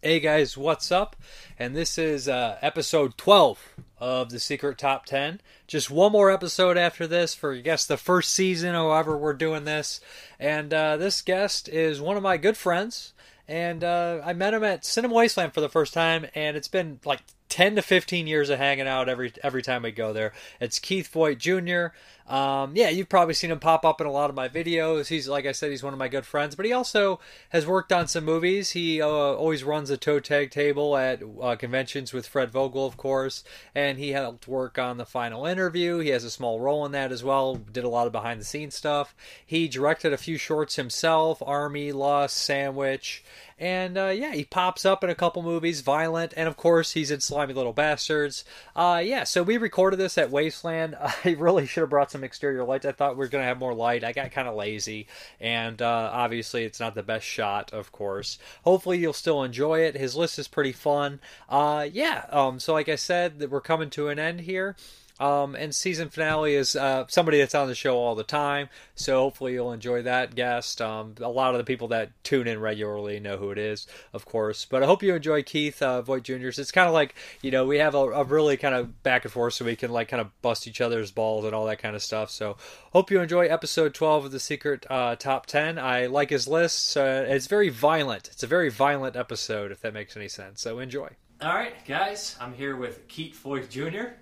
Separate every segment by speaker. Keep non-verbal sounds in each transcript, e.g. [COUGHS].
Speaker 1: Hey guys, what's up? And this is uh, episode 12 of the Secret Top 10. Just one more episode after this for, I guess, the first season, however, we're doing this. And uh, this guest is one of my good friends. And uh, I met him at Cinema Wasteland for the first time, and it's been like 10 to 15 years of hanging out every every time we go there. It's Keith Voigt Jr. Um, yeah, you've probably seen him pop up in a lot of my videos. He's like I said, he's one of my good friends, but he also has worked on some movies. He uh, always runs a toe tag table at uh, conventions with Fred Vogel, of course, and he helped work on the final interview. He has a small role in that as well. Did a lot of behind the scenes stuff. He directed a few shorts himself: Army, Lost, Sandwich, and uh, yeah, he pops up in a couple movies, violent, and of course he's in Slimy Little Bastards. Uh, yeah, so we recorded this at Wasteland. [LAUGHS] I really should have brought some exterior lights. I thought we were gonna have more light. I got kind of lazy, and uh, obviously it's not the best shot, of course. Hopefully you'll still enjoy it. His list is pretty fun. Uh, yeah, um, so like I said, that we're coming to an end here. Um, and season finale is uh, somebody that's on the show all the time, so hopefully you'll enjoy that guest. Um, a lot of the people that tune in regularly know who it is, of course. But I hope you enjoy Keith uh, Voigt Jr.'s. It's kind of like you know we have a, a really kind of back and forth, so we can like kind of bust each other's balls and all that kind of stuff. So hope you enjoy episode twelve of the Secret uh, Top Ten. I like his list. Uh, it's very violent. It's a very violent episode, if that makes any sense. So enjoy. All right, guys, I'm here with Keith Voigt Jr.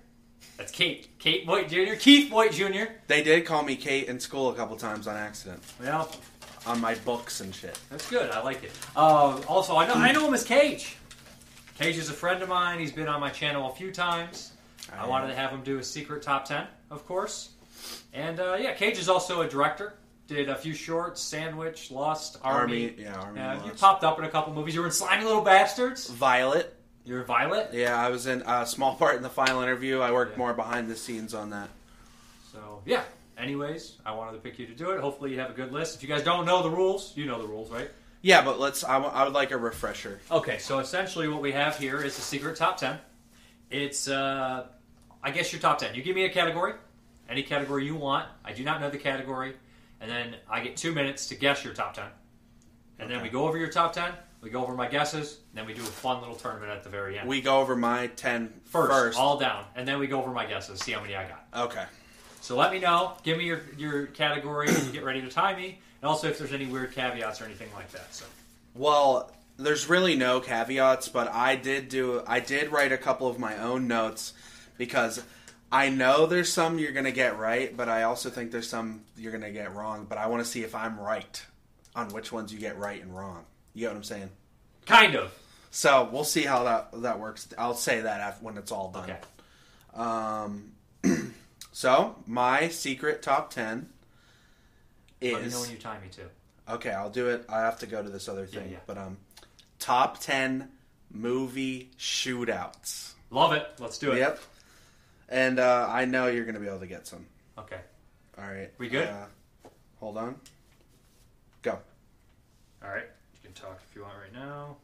Speaker 1: That's Kate. Kate Boyd Jr. Keith Boyd Jr.
Speaker 2: They did call me Kate in school a couple times on accident,
Speaker 1: Well,
Speaker 2: on my books and shit.
Speaker 1: that's good. I like it. Uh, also, I know I know him as Cage. Cage is a friend of mine. He's been on my channel a few times. I wanted to have him do a secret top ten, of course. And uh, yeah, Cage is also a director. Did a few shorts, Sandwich, Lost, Army.
Speaker 2: Army, yeah, Army.
Speaker 1: Uh, you
Speaker 2: Lost.
Speaker 1: popped up in a couple movies. You were in Slimy Little Bastards.
Speaker 2: Violet.
Speaker 1: You're Violet.
Speaker 2: Yeah, I was in a small part in the final interview. I worked
Speaker 1: Yeah.
Speaker 2: more behind the scenes on that.
Speaker 1: So yeah. Anyways, I wanted to pick you to do it. Hopefully, you have a good list. If you guys don't know the rules, you know the rules, right?
Speaker 2: Yeah, but let's. I wa- I would like a refresher.
Speaker 1: Okay, so essentially what we have here is the secret top 10. It's, uh, I guess, your top 10. You give me a category, any category you want. I do not know the category. And then I get two minutes to guess your top 10. And then
Speaker 2: Okay.
Speaker 1: we go over your top 10, we go over my guesses, and then we do a fun little tournament at the very end.
Speaker 2: We go over my ten
Speaker 1: first,
Speaker 2: first.
Speaker 1: all down. And then we go over my guesses, see how many I got.
Speaker 2: okay.
Speaker 1: So let me know. Give me your, your category when you get ready to tie me. And also if there's any weird caveats or anything like that. So
Speaker 2: Well, there's really no caveats, but I did do. I did write a couple of my own notes because I know there's some you're gonna get right, but I also think there's some you're gonna get wrong. But I want to see if I'm right on which ones you get right and wrong. You get what I'm saying?
Speaker 1: kind of.
Speaker 2: So we'll see how that that works. I'll say that af- when it's all done.
Speaker 1: Okay.
Speaker 2: Um, [CLEARS THROAT] so my secret top ten
Speaker 1: Let me know
Speaker 2: is
Speaker 1: when you tie me too.
Speaker 2: okay. I'll do it. I have to go to this other thing,
Speaker 1: yeah.
Speaker 2: but um, top ten movie shootouts.
Speaker 1: Love it. Let's do it.
Speaker 2: Yep. And uh, I know you're gonna be able to get some.
Speaker 1: Okay.
Speaker 2: All right.
Speaker 1: We good?
Speaker 2: Uh, hold on. Go.
Speaker 1: All right. You can talk if you want right now.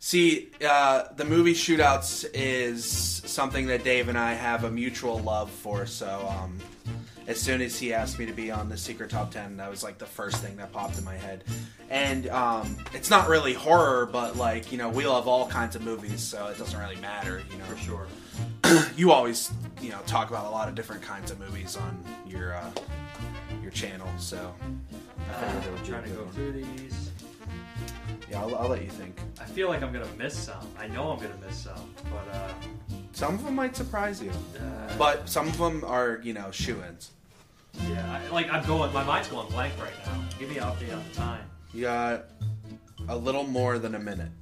Speaker 2: See, uh, the movie shootouts is something that Dave and I have a mutual love for. So, um, as soon as he asked me to be on the Secret Top Ten, that was like the first thing that popped in my head. And um, it's not really horror, but like you know, we love all kinds of movies, so it doesn't really matter. You know,
Speaker 1: For sure.
Speaker 2: you always you know talk about a lot of different kinds of movies on your uh, your channel. So, I figured that would be a
Speaker 1: trying Uh, to
Speaker 2: good
Speaker 1: go
Speaker 2: one.
Speaker 1: through these.
Speaker 2: yeah, I'll, I'll let you think.
Speaker 1: I feel like I'm gonna miss some. I know I'm gonna miss some, but uh,
Speaker 2: Some of them might surprise you.
Speaker 1: uh
Speaker 2: But some of them are, you know, shoe ins.
Speaker 1: yeah, I, like I'm going. My mind's going blank right now. Give me an update on the time.
Speaker 2: You got a little more than a minute.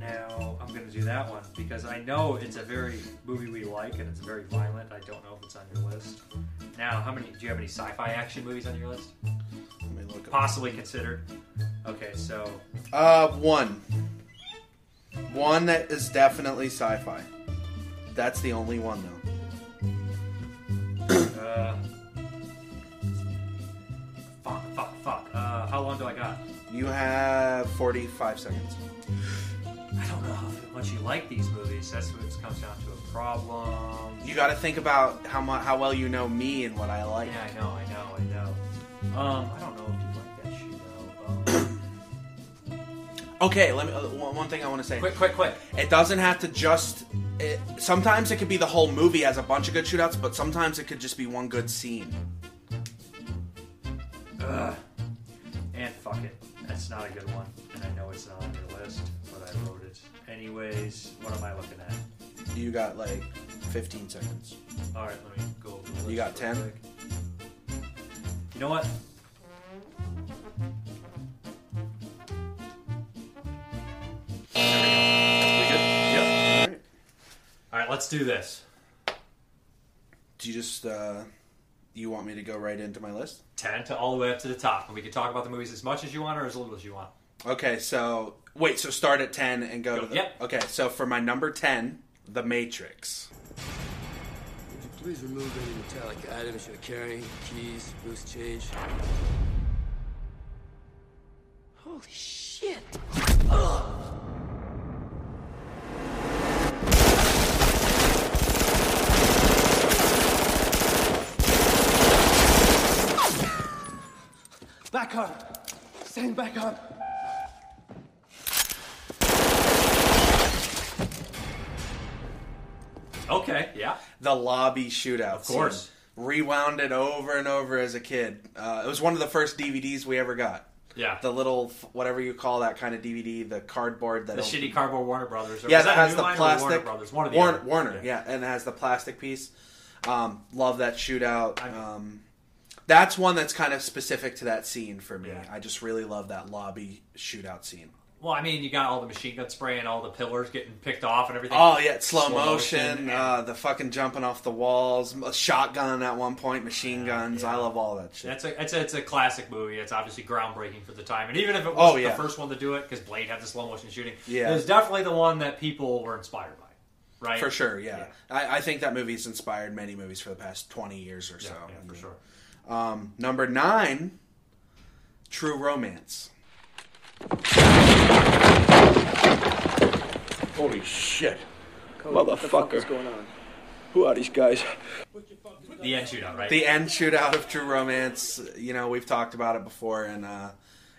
Speaker 1: Now I'm gonna do that one because I know it's a very movie we like and it's very violent. I don't know if it's on your list. Now, how many? Do you have any sci-fi action movies on your list?
Speaker 2: Let me look up.
Speaker 1: Possibly considered. Okay, so
Speaker 2: Uh, one. One that is definitely sci fi. That's the only one, though.
Speaker 1: Uh, fuck, fuck, fuck. Uh, how long do I got?
Speaker 2: You have 45 seconds.
Speaker 1: I don't know how much you like these movies. That's what it comes down to a problem.
Speaker 2: You gotta think about how mu- how well you know me and what I like.
Speaker 1: Yeah, I know, I know, [COUGHS] I know. Um, I don't know if you like that shit though. Um,
Speaker 2: Okay, let me. Uh, one one thing I want to say.
Speaker 3: Quick, quick, quick.
Speaker 2: It doesn't have to just. It, sometimes it could be the whole movie has a bunch of good shootouts, but sometimes it could just be one good scene.
Speaker 1: And fuck it. That's not a good one. And I know it's not on your list, but I wrote it. Anyways, what am I looking at?
Speaker 2: You got like 15 seconds.
Speaker 1: Alright, let me go over the list.
Speaker 2: You got
Speaker 1: real
Speaker 2: 10?
Speaker 1: quick. You know what? Alright,
Speaker 2: All right.
Speaker 1: let's do this.
Speaker 2: Do you just uh, you want me to go right into my list?
Speaker 1: 10 to all the way up to the top. And we can talk about the movies as much as you want or as little as you want.
Speaker 2: Okay, so wait, so start at 10 and go,
Speaker 1: Go,
Speaker 2: to the
Speaker 1: yep.
Speaker 2: Okay, so for my number 10, The Matrix.
Speaker 4: Would you please remove any metallic items you're carrying? Keys, loose change? Holy shit! Back up! Stand back up!
Speaker 1: Okay, yeah.
Speaker 2: The lobby shootout. Of
Speaker 1: course.
Speaker 2: Rewound it over and over as a kid. Uh, it was one of the first DVDs we ever got.
Speaker 1: Yeah.
Speaker 2: The little f- whatever you call that kind of DVD, the cardboard that
Speaker 1: The shitty cardboard Warner Brothers. Or
Speaker 2: Yeah,
Speaker 1: was
Speaker 2: that
Speaker 1: that
Speaker 2: has
Speaker 1: New
Speaker 2: the
Speaker 1: Line or
Speaker 2: plastic
Speaker 1: Warner Brothers. One of the
Speaker 2: Warner,
Speaker 1: other.
Speaker 2: Warner, yeah. and it has the plastic piece. Um, love that shootout.
Speaker 1: I-
Speaker 2: Um, that's one that's kind of specific to that scene for me.
Speaker 1: Yeah.
Speaker 2: I just really love that lobby shootout scene.
Speaker 1: Well, I mean, you got all the machine gun spray and all the pillars getting picked off and everything.
Speaker 2: Oh yeah, it's slow,
Speaker 1: Slow
Speaker 2: motion,
Speaker 1: motion, and-
Speaker 2: uh, the fucking jumping off the walls, a shotgun at one point, machine guns.
Speaker 1: yeah.
Speaker 2: I love all that shit.
Speaker 1: That's a, it's a it's a classic movie. It's obviously groundbreaking for the time, and even if it wasn't
Speaker 2: Oh, yeah.
Speaker 1: the first one to do it, because Blade had the slow motion shooting,
Speaker 2: Yeah.
Speaker 1: it was definitely the one that people were inspired by, right?
Speaker 2: for sure, yeah.
Speaker 1: Yeah.
Speaker 2: I, I think that movie's inspired many movies for the past twenty years or
Speaker 1: Yeah,
Speaker 2: so.
Speaker 1: yeah, for sure.
Speaker 2: Um, number nine, True Romance.
Speaker 5: Holy shit. Motherfucker. Who are these guys?
Speaker 1: The end shootout, right?
Speaker 2: the end shootout of True Romance. You know, we've talked about it before, and uh,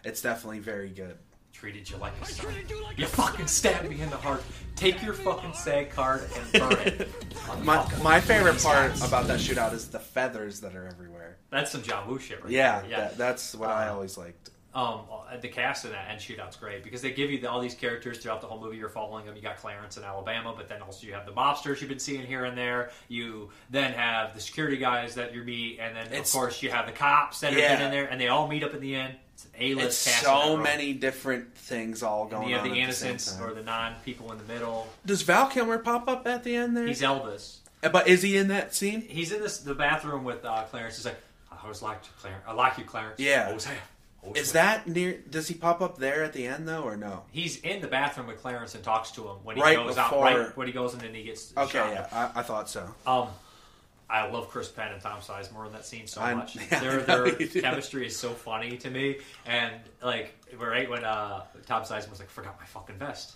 Speaker 2: it's definitely very good.
Speaker 1: treated you like a son. You fucking stabbed me in the heart. Take your fucking SAG card and burn it.
Speaker 2: [LAUGHS] My
Speaker 1: Motherfucker.
Speaker 2: my favorite part about that shootout is the feathers that are everywhere.
Speaker 1: That's some John Woo shit, right?
Speaker 2: Yeah,
Speaker 1: there.
Speaker 2: That, that's what
Speaker 1: Uh,
Speaker 2: I always liked.
Speaker 1: um, the cast in that end shootout's great because they give you the, all these characters throughout the whole movie. You're following them. You got Clarence in Alabama, but then also you have the mobsters you've been seeing here and there. You then have the security guys that you meet, and then
Speaker 2: It's-
Speaker 1: of course you have the cops that are
Speaker 2: Yeah.
Speaker 1: in there, and they all meet up in the end. It's an A-list
Speaker 2: It's
Speaker 1: cast in that
Speaker 2: so
Speaker 1: room.
Speaker 2: many different things all
Speaker 1: And
Speaker 2: going
Speaker 1: you have
Speaker 2: on.
Speaker 1: the
Speaker 2: at the same
Speaker 1: innocents
Speaker 2: time.
Speaker 1: or the non people in the middle.
Speaker 2: Does Val Kilmer pop up at the end there? Uh,
Speaker 1: He's Elvis.
Speaker 2: but is he in that scene?
Speaker 1: He's in this the bathroom with uh, Clarence. He's like, I always liked you, Clarence. I like you, Clarence.
Speaker 2: Yeah.
Speaker 1: Always have. Always
Speaker 2: Is
Speaker 1: will."
Speaker 2: that near? Does he pop up there at the end though, or no?
Speaker 1: He's in the bathroom with Clarence and talks to him when he
Speaker 2: Right
Speaker 1: goes
Speaker 2: before-
Speaker 1: out. Right when he goes in and he gets
Speaker 2: Okay,
Speaker 1: shot.
Speaker 2: yeah, I, I thought so.
Speaker 1: Um, I love Chris Penn and Tom Sizemore in that scene so
Speaker 2: I- [LAUGHS]
Speaker 1: much.
Speaker 2: yeah,
Speaker 1: their
Speaker 2: I know
Speaker 1: their
Speaker 2: you do.
Speaker 1: chemistry is so funny to me. And like right when uh, Tom Sizemore's like, "Forgot my fucking
Speaker 2: [LAUGHS]
Speaker 1: vest."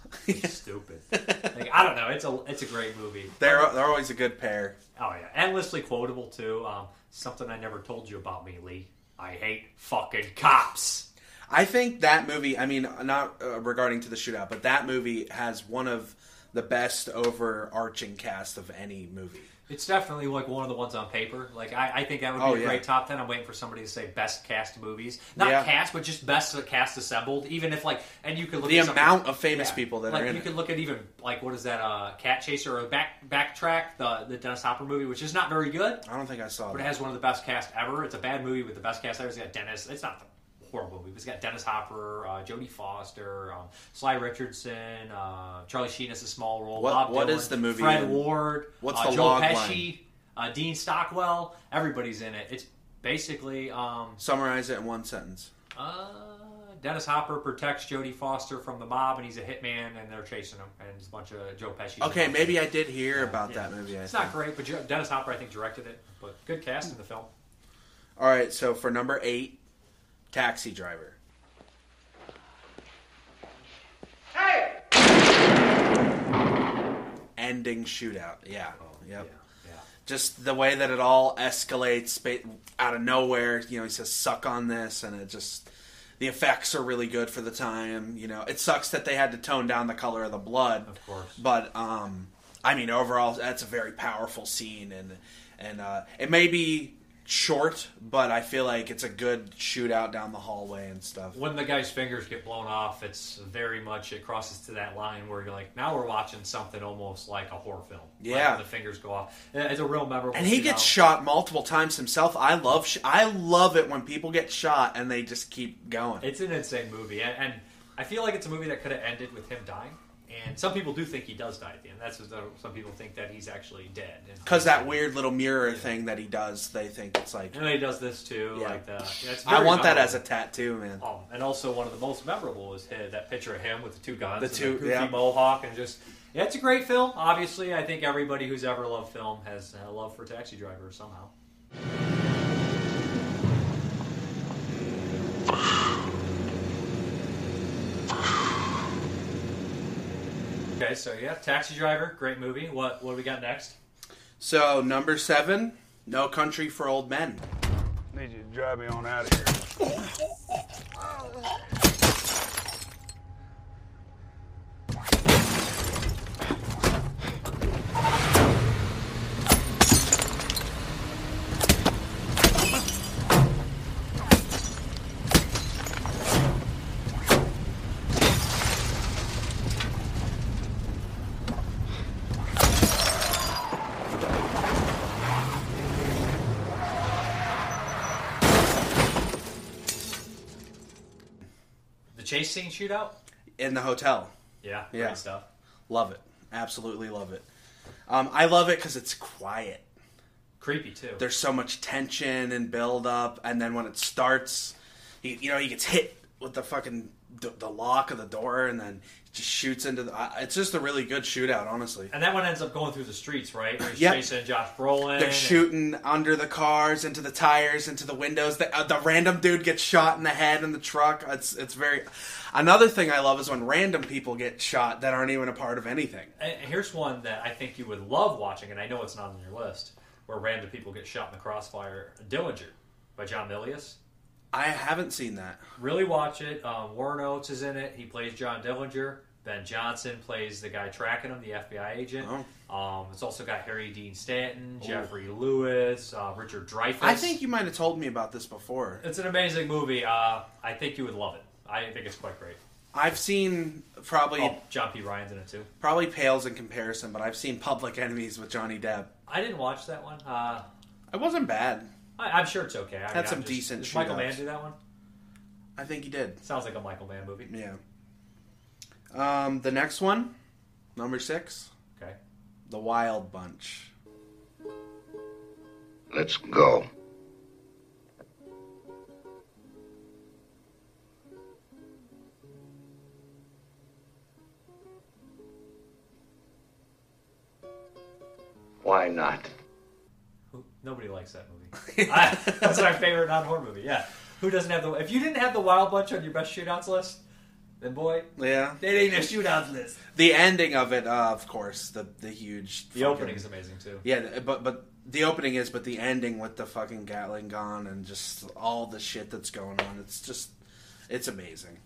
Speaker 1: Stupid. like I don't know. It's a it's a great movie.
Speaker 2: They're they're always a good pair.
Speaker 1: Oh yeah, endlessly quotable too. Um, something I never told you about me, Lee. I hate fucking cops.
Speaker 2: I think that movie. I mean, not uh, regarding to the shootout, but that movie has one of the best overarching cast of any movie.
Speaker 1: It's definitely like one of the ones on paper. Like I, I think that would be
Speaker 2: Oh,
Speaker 1: a
Speaker 2: yeah.
Speaker 1: great top ten. I'm waiting for somebody to say best cast movies, not
Speaker 2: Yeah.
Speaker 1: cast, but just best cast assembled. Even if like, and you could look
Speaker 2: The
Speaker 1: at something-
Speaker 2: amount of famous people that
Speaker 1: like
Speaker 2: are in
Speaker 1: you
Speaker 2: it.
Speaker 1: could look at even like what is that uh, Cat Chaser or Back Backtrack the the Dennis Hopper movie, which is not very good,
Speaker 2: I don't think I saw
Speaker 1: but it
Speaker 2: that.
Speaker 1: has one of the best cast ever. It's a bad movie with the best cast ever. It's got Dennis. It's not the horrible movie. but It's got Dennis Hopper, uh, Jodie Foster, um, Sly Richardson, uh, Charlie Sheen has a small role.
Speaker 2: What-
Speaker 1: Bob
Speaker 2: what
Speaker 1: Dylan,
Speaker 2: is the movie
Speaker 1: Fred
Speaker 2: in?
Speaker 1: Ward.
Speaker 2: What's
Speaker 1: uh,
Speaker 2: the
Speaker 1: Joe
Speaker 2: log
Speaker 1: Pesci, uh, Dean Stockwell. Everybody's in it. It's basically um,
Speaker 2: Summarize it in one sentence.
Speaker 1: uh, Dennis Hopper protects Jodie Foster from the mob, and he's a hitman, and they're chasing him, and it's a bunch of Joe Pesci.
Speaker 2: Okay, maybe I did hear about
Speaker 1: Yeah.
Speaker 2: that movie. I
Speaker 1: It's not
Speaker 2: think.
Speaker 1: great, but Jo- Dennis Hopper, I think, directed it. But good cast in the film.
Speaker 2: All right, so for number eight, Taxi Driver. Hey! Ending shootout. Yeah. yep.
Speaker 1: Oh, Yeah, yeah.
Speaker 2: just the way that it all escalates ba- out of nowhere. You know, he says "suck on this," and it just The effects are really good for the time. You know, it sucks that they had to tone down the color of the blood.
Speaker 1: Of course.
Speaker 2: But um, I mean, overall, that's a very powerful scene, and and uh, it may be short, but I feel like it's a good shootout down the hallway and stuff.
Speaker 1: When the guy's fingers get blown off, it's very much it crosses to that line where you're like, now we're watching something almost like a horror film. Like
Speaker 2: Yeah.
Speaker 1: when the fingers go off. It's a real memorable.
Speaker 2: And he gets
Speaker 1: shootout.
Speaker 2: shot multiple times himself. I love sh- I love it when people get shot and they just keep going.
Speaker 1: It's an insane movie, and, and I feel like it's a movie that could have ended with him dying. And some people do think he does die at the end. That's what the- some people think that he's actually dead. And-
Speaker 2: Because that weird little mirror thing that he does, they think it's like
Speaker 1: And then he does this too.
Speaker 2: Yeah.
Speaker 1: Like the, yeah, it's
Speaker 2: I
Speaker 1: very
Speaker 2: want that as a
Speaker 1: memorable.
Speaker 2: tattoo, man.
Speaker 1: Um, and also one of the most memorable was his, that picture of him with the two guns,
Speaker 2: The
Speaker 1: and
Speaker 2: two-
Speaker 1: goofy
Speaker 2: yeah.
Speaker 1: mohawk, and just yeah, it's a great film. Obviously, I think everybody who's ever loved film has a love for Taxi Driver somehow. Okay, so yeah, Taxi Driver, great movie. What what do we got next?
Speaker 2: So number seven, No Country for Old Men.
Speaker 6: Need you to drive me on out of here.
Speaker 1: The chase scene shootout.
Speaker 2: in the hotel.
Speaker 1: Yeah,
Speaker 2: Yeah.
Speaker 1: great stuff.
Speaker 2: Love it. Absolutely love it. Um, I love it because it's quiet.
Speaker 1: Creepy too.
Speaker 2: There's so much tension and build up, and then when it starts, he, you know, he gets hit with the fucking d- the lock of the door, and then just shoots into the. I it's just a really good shootout, honestly.
Speaker 1: And that one ends up going through the streets, right? Where he's
Speaker 2: Yep.
Speaker 1: chasing Josh Brolin.
Speaker 2: They're
Speaker 1: and-
Speaker 2: shooting under the cars, into the tires, into the windows. The, uh, the random dude gets shot in the head in the truck. It's it's very. Another thing I love is when random people get shot that aren't even a part of anything.
Speaker 1: and here's one that I think you would love watching, and I know it's not on your list, where random people get shot in the crossfire. Dillinger by John Milius.
Speaker 2: I haven't seen that.
Speaker 1: Really watch it. Um, Warren Oates is in it. He plays John Dillinger. Ben Johnson plays the guy tracking him, the FBI agent.
Speaker 2: Oh.
Speaker 1: Um, it's also got Harry Dean Stanton, Jeffrey Lewis, uh, Richard Dreyfuss.
Speaker 2: I think you might have told me about this before.
Speaker 1: it's an amazing movie. Uh, I think you would love it. I think it's quite great.
Speaker 2: I've seen probably
Speaker 1: Oh, John P. Ryan's in it too.
Speaker 2: probably pales in comparison, but I've seen Public Enemies with Johnny Depp.
Speaker 1: I didn't watch that one. Uh,
Speaker 2: It wasn't bad.
Speaker 1: I, I'm sure it's okay. I I'm
Speaker 2: Had some decent
Speaker 1: Did Michael
Speaker 2: shootouts.
Speaker 1: Mann do that one?
Speaker 2: I think he did.
Speaker 1: Sounds like a Michael Mann movie.
Speaker 2: Yeah. Um, the next one, number six,
Speaker 1: Okay.
Speaker 2: The Wild Bunch.
Speaker 7: Let's go. Why not?
Speaker 1: Who, nobody likes that
Speaker 2: [LAUGHS]
Speaker 1: movie. I, that's my favorite non-horror movie. Yeah. Who doesn't have the? If you didn't have the Wild Bunch on your best shootouts list, then boy,
Speaker 2: Yeah.
Speaker 1: it ain't a shootouts
Speaker 2: [LAUGHS]
Speaker 1: list.
Speaker 2: The ending of it, uh, of course, the the huge.
Speaker 1: The
Speaker 2: fucking-
Speaker 1: opening is amazing too.
Speaker 2: Yeah, th- but but the opening is, but the ending with the fucking Gatling gun and just all the shit that's going on. It's just, it's amazing.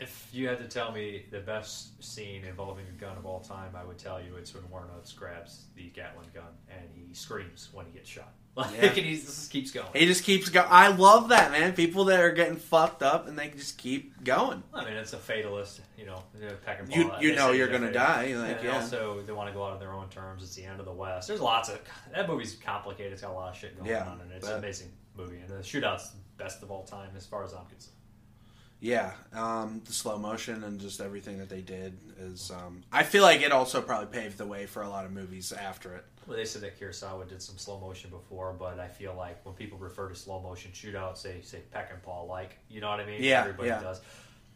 Speaker 1: If you had to tell me the best scene involving a gun of all time, I would tell you it's when Warren Oates grabs the Gatlin gun and he screams when he gets shot. [LAUGHS] Like,
Speaker 2: Yeah.
Speaker 1: and he just keeps going.
Speaker 2: He just keeps going. I love that, man. People that are getting fucked up and they just keep going.
Speaker 1: I mean, it's a fatalist, you know, they're pecking
Speaker 2: You-
Speaker 1: ball.
Speaker 2: you
Speaker 1: They
Speaker 2: know
Speaker 1: say
Speaker 2: you're
Speaker 1: they're
Speaker 2: gonna
Speaker 1: fatal.
Speaker 2: die, like,
Speaker 1: and
Speaker 2: yeah.
Speaker 1: also, they want to go out on their own terms. It's the end of the West. There's lots of that movie's complicated. It's got a lot of shit going
Speaker 2: Yeah,
Speaker 1: on, and it's
Speaker 2: but-
Speaker 1: an amazing movie. And the shootout's best of all time, as far as I'm concerned.
Speaker 2: Yeah, um, the slow motion and just everything that they did is. Um, I feel like it also probably paved the way for a lot of movies after it.
Speaker 1: Well, they said that Kurosawa did some slow motion before, but I feel like when people refer to slow motion shootouts, they say peck and paw like. You know what I mean?
Speaker 2: Yeah,
Speaker 1: Everybody
Speaker 2: yeah.
Speaker 1: does.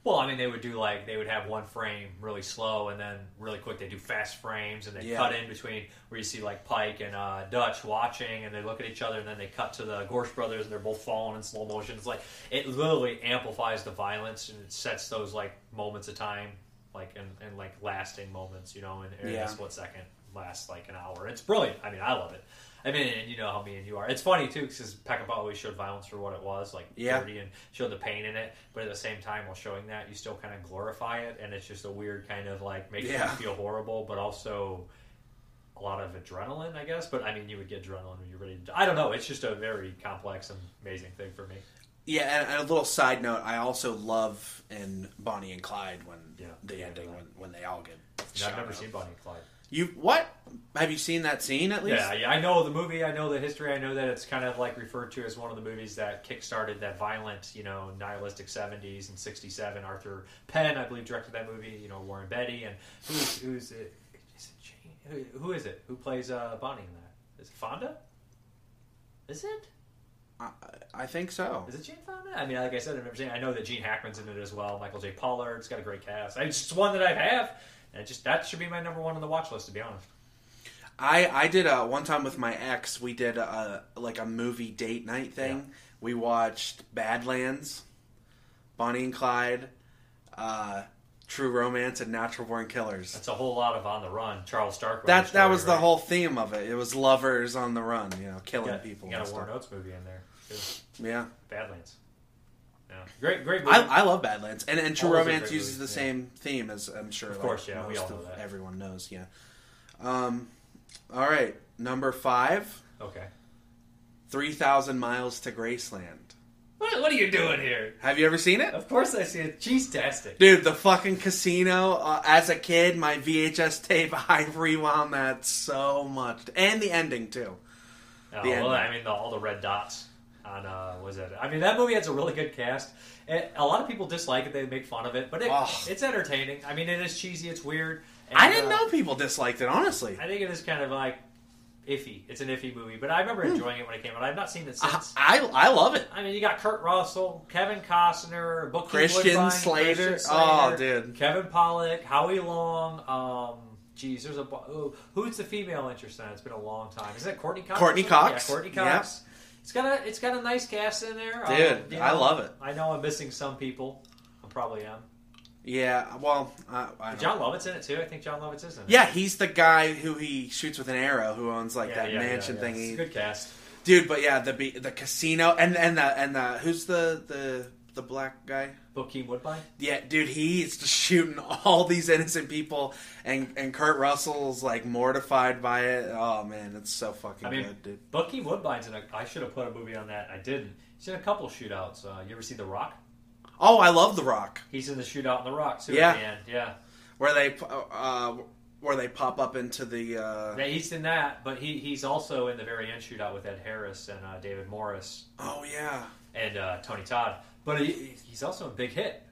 Speaker 1: Well, I mean, they would do like they would have one frame really slow, and then really quick they do fast frames, and they
Speaker 2: Yeah.
Speaker 1: cut in between where you see like Pike and uh, Dutch watching, and they look at each other, and then they cut to the Gorsh brothers, and they're both falling in slow motion. It's like it literally amplifies the violence, and it sets those like moments of time, like and, and like lasting moments, you know, in, in a
Speaker 2: Yeah.
Speaker 1: split second lasts like an hour. It's brilliant. I mean, I love it. I mean, and you know how me and you are. It's funny too because Peckinpah always showed violence for what it was, like
Speaker 2: Yeah.
Speaker 1: dirty, and showed the pain in it. But at the same time, while showing that, you still kind of glorify it, and it's just a weird kind of like makes
Speaker 2: Yeah.
Speaker 1: you feel horrible, but also a lot of adrenaline, I guess. But I mean, you would get adrenaline when you're ready. To, I don't know. It's just a very complex and amazing thing for me.
Speaker 2: Yeah, and, and a little side note, I also love in Bonnie and Clyde when
Speaker 1: Yeah.
Speaker 2: the ending when, when they all get.
Speaker 1: Yeah, I've
Speaker 2: shot
Speaker 1: never
Speaker 2: up.
Speaker 1: seen Bonnie and Clyde.
Speaker 2: You what? Have you seen that scene at least?
Speaker 1: Yeah, yeah, I know the movie. I know the history. I know that it's kind of like referred to as one of the movies that kickstarted that violent, you know, nihilistic '70s and '67. Arthur Penn, I believe, directed that movie. You know, Warren Beatty and who's who's it? Is it Jane? Who, who is it? Who plays uh, Bonnie in that? Is it Fonda? Is it?
Speaker 2: I, I think so.
Speaker 1: Is it Gene Fonda? I mean, like I said, I've never seen. It. I know that Gene Hackman's in it as well. Michael J. Pollard's got a great cast. It's just one that I have, and it just that should be my number one on the watch list, to be honest.
Speaker 2: I I did a one time with my ex. We did a like a movie date night thing. We watched Badlands, Bonnie and Clyde, uh, True Romance, and Natural Born Killers.
Speaker 1: That's a whole lot of on the run. Charles Starkweather.
Speaker 2: That that
Speaker 1: story,
Speaker 2: was the
Speaker 1: right?
Speaker 2: whole theme of it. It was lovers on the run, you know, killing
Speaker 1: got,
Speaker 2: people.
Speaker 1: You got
Speaker 2: and
Speaker 1: a
Speaker 2: stuff.
Speaker 1: Warren Oates movie in there. too.
Speaker 2: Yeah,
Speaker 1: Badlands. Yeah. Great, great movie.
Speaker 2: I, I love Badlands, and and True
Speaker 1: All those are
Speaker 2: Romance
Speaker 1: great
Speaker 2: uses
Speaker 1: movies,
Speaker 2: the
Speaker 1: yeah.
Speaker 2: same theme as I'm sure. Of
Speaker 1: course, yeah, we all know that.
Speaker 2: Everyone knows, yeah. Um, all right, number five,
Speaker 1: okay.
Speaker 2: three thousand miles to Graceland.
Speaker 1: What, what are you doing here?
Speaker 2: Have you ever seen it?
Speaker 1: Of course I see it. Cheese tastic.
Speaker 2: Dude, the fucking casino. Uh, as a kid, my VHS tape, [LAUGHS] I rewound that so much, and the ending too.
Speaker 1: Oh,
Speaker 2: The
Speaker 1: well,
Speaker 2: end.
Speaker 1: I mean, the, all the red dots on uh, was it? I mean, that movie has a really good cast. It, a lot of people dislike it; they make fun of it, but it,
Speaker 2: Oh.
Speaker 1: it's entertaining. I mean, it is cheesy. It's weird. and,
Speaker 2: I didn't
Speaker 1: uh,
Speaker 2: know people disliked it. Honestly,
Speaker 1: I think it is kind of like iffy. It's an iffy movie, but I remember enjoying it when it came out. I've not seen it
Speaker 2: I
Speaker 1: since.
Speaker 2: I, I love it.
Speaker 1: I mean, you got Kurt Russell, Kevin Costner, Bookkeep
Speaker 2: Christian
Speaker 1: Woodbine,
Speaker 2: Slater.
Speaker 1: Christian
Speaker 2: Oh,
Speaker 1: Slater,
Speaker 2: dude.
Speaker 1: Kevin Pollak, Howie Long. Um, geez, there's a bu- oh, who's the female interest now? It's been a long time. Is that Courtney Cox? or
Speaker 2: Courtney
Speaker 1: something?
Speaker 2: Cox.
Speaker 1: Yeah, Courtney
Speaker 2: Yeah.
Speaker 1: Cox. It's got a it's got a nice cast in there, Um,
Speaker 2: Dude,
Speaker 1: you
Speaker 2: I
Speaker 1: know,
Speaker 2: love it.
Speaker 1: I know I'm missing some people. I probably am.
Speaker 2: Yeah, well, I, I don't
Speaker 1: John Lovett's in it too. I think John Lovett's is in it.
Speaker 2: Yeah, he's the guy who he shoots with an arrow, who owns like that mansion
Speaker 1: yeah.
Speaker 2: thing.
Speaker 1: It's a good cast.
Speaker 2: Dude, but yeah, the be- the casino and and the and the who's the the the black guy?
Speaker 1: Bookkeep Woodbine.
Speaker 2: Yeah, dude, he's just shooting all these innocent people, and and Kurt Russell's like mortified by it. Oh man, it's so fucking
Speaker 1: I mean,
Speaker 2: good, dude.
Speaker 1: Bucky Woodbine's in a. I should have put a movie on that. I didn't. He's in a couple shootouts. Uh, you ever see The Rock?
Speaker 2: Oh, I love The Rock,
Speaker 1: He's in the shootout in The Rock too.
Speaker 2: Yeah.
Speaker 1: At the end. Yeah.
Speaker 2: where they uh, where they pop up into the uh,
Speaker 1: Yeah, He's in that, but he, he's also in the very end shootout with Ed Harris and uh, David Morris
Speaker 2: oh yeah,
Speaker 1: and uh, Tony Todd. But he, he's also in Big Hit.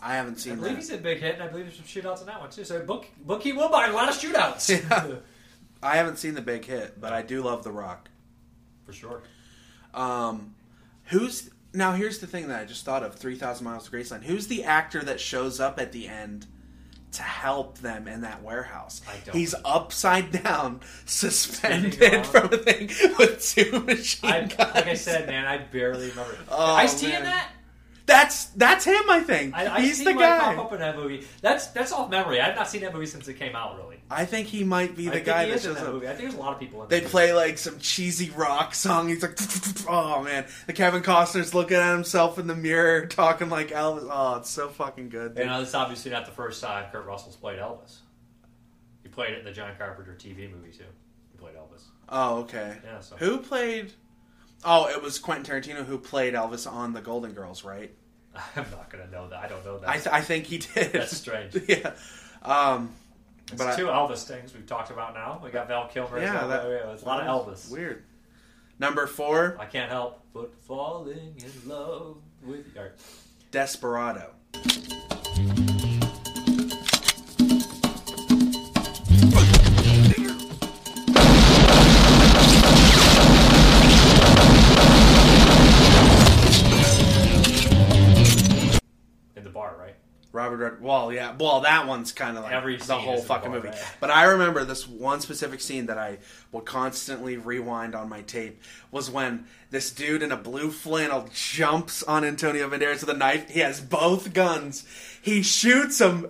Speaker 1: I
Speaker 2: I haven't seen
Speaker 1: believe
Speaker 2: that.
Speaker 1: he's in Big Hit, and I believe there's some shootouts in that one too. So Book Bucky Woodbine, a lot of shootouts
Speaker 2: Yeah. I haven't seen the big hit, but I do love The Rock.
Speaker 1: [LAUGHS] for sure.
Speaker 2: Um, who's now? Here's the thing that I just thought of: Three Thousand Miles to Graceland. Who's the actor that shows up at the end to help them in that warehouse?
Speaker 1: I don't
Speaker 2: He's
Speaker 1: know.
Speaker 2: upside down, [LAUGHS] suspended
Speaker 1: Spinning
Speaker 2: from a thing with two machine
Speaker 1: I,
Speaker 2: guns.
Speaker 1: like I said, man, I barely remember.
Speaker 2: Oh,
Speaker 1: Ice T in
Speaker 2: man.
Speaker 1: that?
Speaker 2: that's that's him. I think
Speaker 1: I, I
Speaker 2: he's
Speaker 1: see
Speaker 2: the
Speaker 1: him, like, pop
Speaker 2: guy.
Speaker 1: up in that movie. That's that's off memory. I've not seen that movie since it came out. Really,
Speaker 2: I think he might
Speaker 1: I
Speaker 2: be the
Speaker 1: think
Speaker 2: guy
Speaker 1: he
Speaker 2: that
Speaker 1: is in
Speaker 2: shows
Speaker 1: that
Speaker 2: up.
Speaker 1: movie. I think there's a lot of people in.
Speaker 2: They
Speaker 1: that
Speaker 2: play like some cheesy rock song. He's like, [LAUGHS] oh man, the Kevin Costner's looking at himself in the mirror, talking like Elvis. Oh, it's so fucking good.
Speaker 1: Movie.
Speaker 2: dude.
Speaker 1: You know, this is obviously not the first time Kurt Russell's played Elvis. He played it in the John Carpenter TV movie too. He played Elvis.
Speaker 2: Oh, okay.
Speaker 1: Yeah. So
Speaker 2: Who played? Oh, it was Quentin Tarantino who played Elvis on The Golden Girls, right?
Speaker 1: [LAUGHS] I'm not gonna know that. I don't know that.
Speaker 2: I, th- I
Speaker 1: [LAUGHS]
Speaker 2: think he did.
Speaker 1: That's strange.
Speaker 2: [LAUGHS] yeah. Um,
Speaker 1: It's
Speaker 2: but I-
Speaker 1: two Elvis things we've talked about now. We got Val Kilmer.
Speaker 2: Yeah,
Speaker 1: Yeah,
Speaker 2: that-
Speaker 1: it's a lot of Elvis.
Speaker 2: Weird. Number four,
Speaker 1: I can't help but falling in love with you. All right.
Speaker 2: Desperado.
Speaker 1: in the bar, right?
Speaker 2: Robert Red. Well, yeah. Well, that one's kind of like
Speaker 1: Every
Speaker 2: the
Speaker 1: scene
Speaker 2: whole
Speaker 1: is in
Speaker 2: fucking
Speaker 1: the
Speaker 2: movie.
Speaker 1: bar, right?
Speaker 2: But I remember this one specific scene that I will constantly rewind on my tape was when this dude in a blue flannel jumps on Antonio Banderas with a knife. He has both guns. He shoots him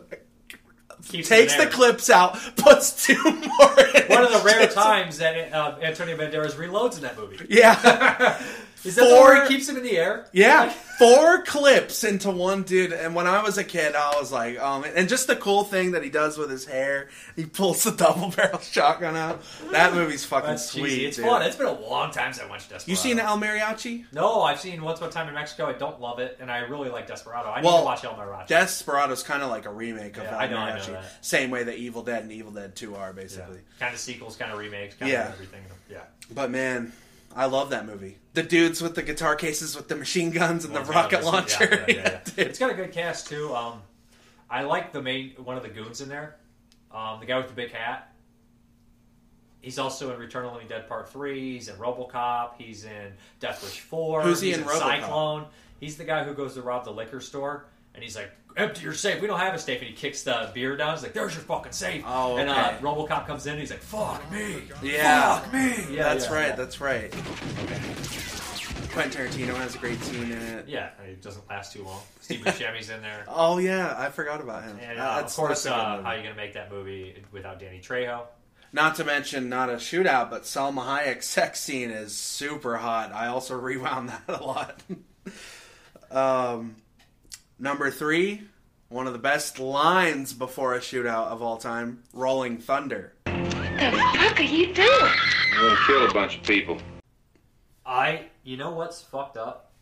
Speaker 1: keeps it
Speaker 2: takes
Speaker 1: there.
Speaker 2: the clips out, [LAUGHS] puts two more. in.
Speaker 1: One of the
Speaker 2: [LAUGHS]
Speaker 1: rare times that uh, Antonio Banderas reloads in that movie.
Speaker 2: Yeah,
Speaker 1: [LAUGHS] Is that the
Speaker 2: Four-
Speaker 1: one where he keeps him in the air?
Speaker 2: yeah, four clips into one dude. And when I was a kid, I was like, um, and just the cool thing that he does with his hair, he pulls the [LAUGHS] double barrel shotgun out. That movie's fucking
Speaker 1: That's
Speaker 2: sweet.
Speaker 1: cheesy. It's
Speaker 2: dude.
Speaker 1: fun. It's been a long time since I watched Desperado.
Speaker 2: You seen El Mariachi?
Speaker 1: No, I've seen Once Upon a Time in Mexico. I don't love it, and I really like Desperado. I need
Speaker 2: Well,
Speaker 1: to watch El Mariachi.
Speaker 2: Desperado's kind of like a remake of
Speaker 1: Yeah,
Speaker 2: El
Speaker 1: I know, I know
Speaker 2: Mariachi,
Speaker 1: that.
Speaker 2: same way that Evil Dead and Evil Dead Two are basically.
Speaker 1: kind of sequels, kind of remakes, kind
Speaker 2: Yeah.
Speaker 1: of everything. Yeah.
Speaker 2: But man, I love that movie. The dudes with the guitar cases with the machine guns and the
Speaker 1: One's got
Speaker 2: rocket
Speaker 1: a missile-
Speaker 2: launcher.
Speaker 1: yeah, yeah, yeah, yeah.
Speaker 2: [LAUGHS] dude.
Speaker 1: It's got a good cast too. Um, I like the main one of the goons in there, um, the guy with the big hat. He's also in Return of the Living Dead Part Three. He's in RoboCop. He's in Death Wish Four.
Speaker 2: Who's he
Speaker 1: he's
Speaker 2: in RoboCop?
Speaker 1: Cyclone. He's the guy who goes to rob the liquor store, and he's like, "Empty your safe. We don't have a safe." And he kicks the beer down. He's like, "There's your fucking safe."
Speaker 2: Oh,
Speaker 1: And uh,
Speaker 2: okay.
Speaker 1: RoboCop comes in. and He's like, "Fuck me."
Speaker 2: Yeah.
Speaker 1: Yeah,
Speaker 2: that's
Speaker 1: yeah,
Speaker 2: right.
Speaker 1: yeah.
Speaker 2: That's right. Quentin Tarantino has a great scene in it.
Speaker 1: Yeah, and it doesn't last too long. Steve
Speaker 2: [LAUGHS]
Speaker 1: Buscemi's in there.
Speaker 2: Oh yeah, I forgot about him.
Speaker 1: And
Speaker 2: Uh,
Speaker 1: uh,
Speaker 2: that's-
Speaker 1: of course,
Speaker 2: that's a good
Speaker 1: uh,
Speaker 2: movie.
Speaker 1: how are you going to make that movie without Danny Trejo?
Speaker 2: Not to mention, not a shootout, but Selma Hayek's [LAUGHS] sex scene is super hot. I also [LAUGHS] rewound that a lot. [LAUGHS] um, number three, one of the best lines before a shootout of all time Rolling Thunder.
Speaker 7: the fuck are you doing?
Speaker 8: I'm gonna kill a bunch of people.
Speaker 1: I, you know what's fucked up?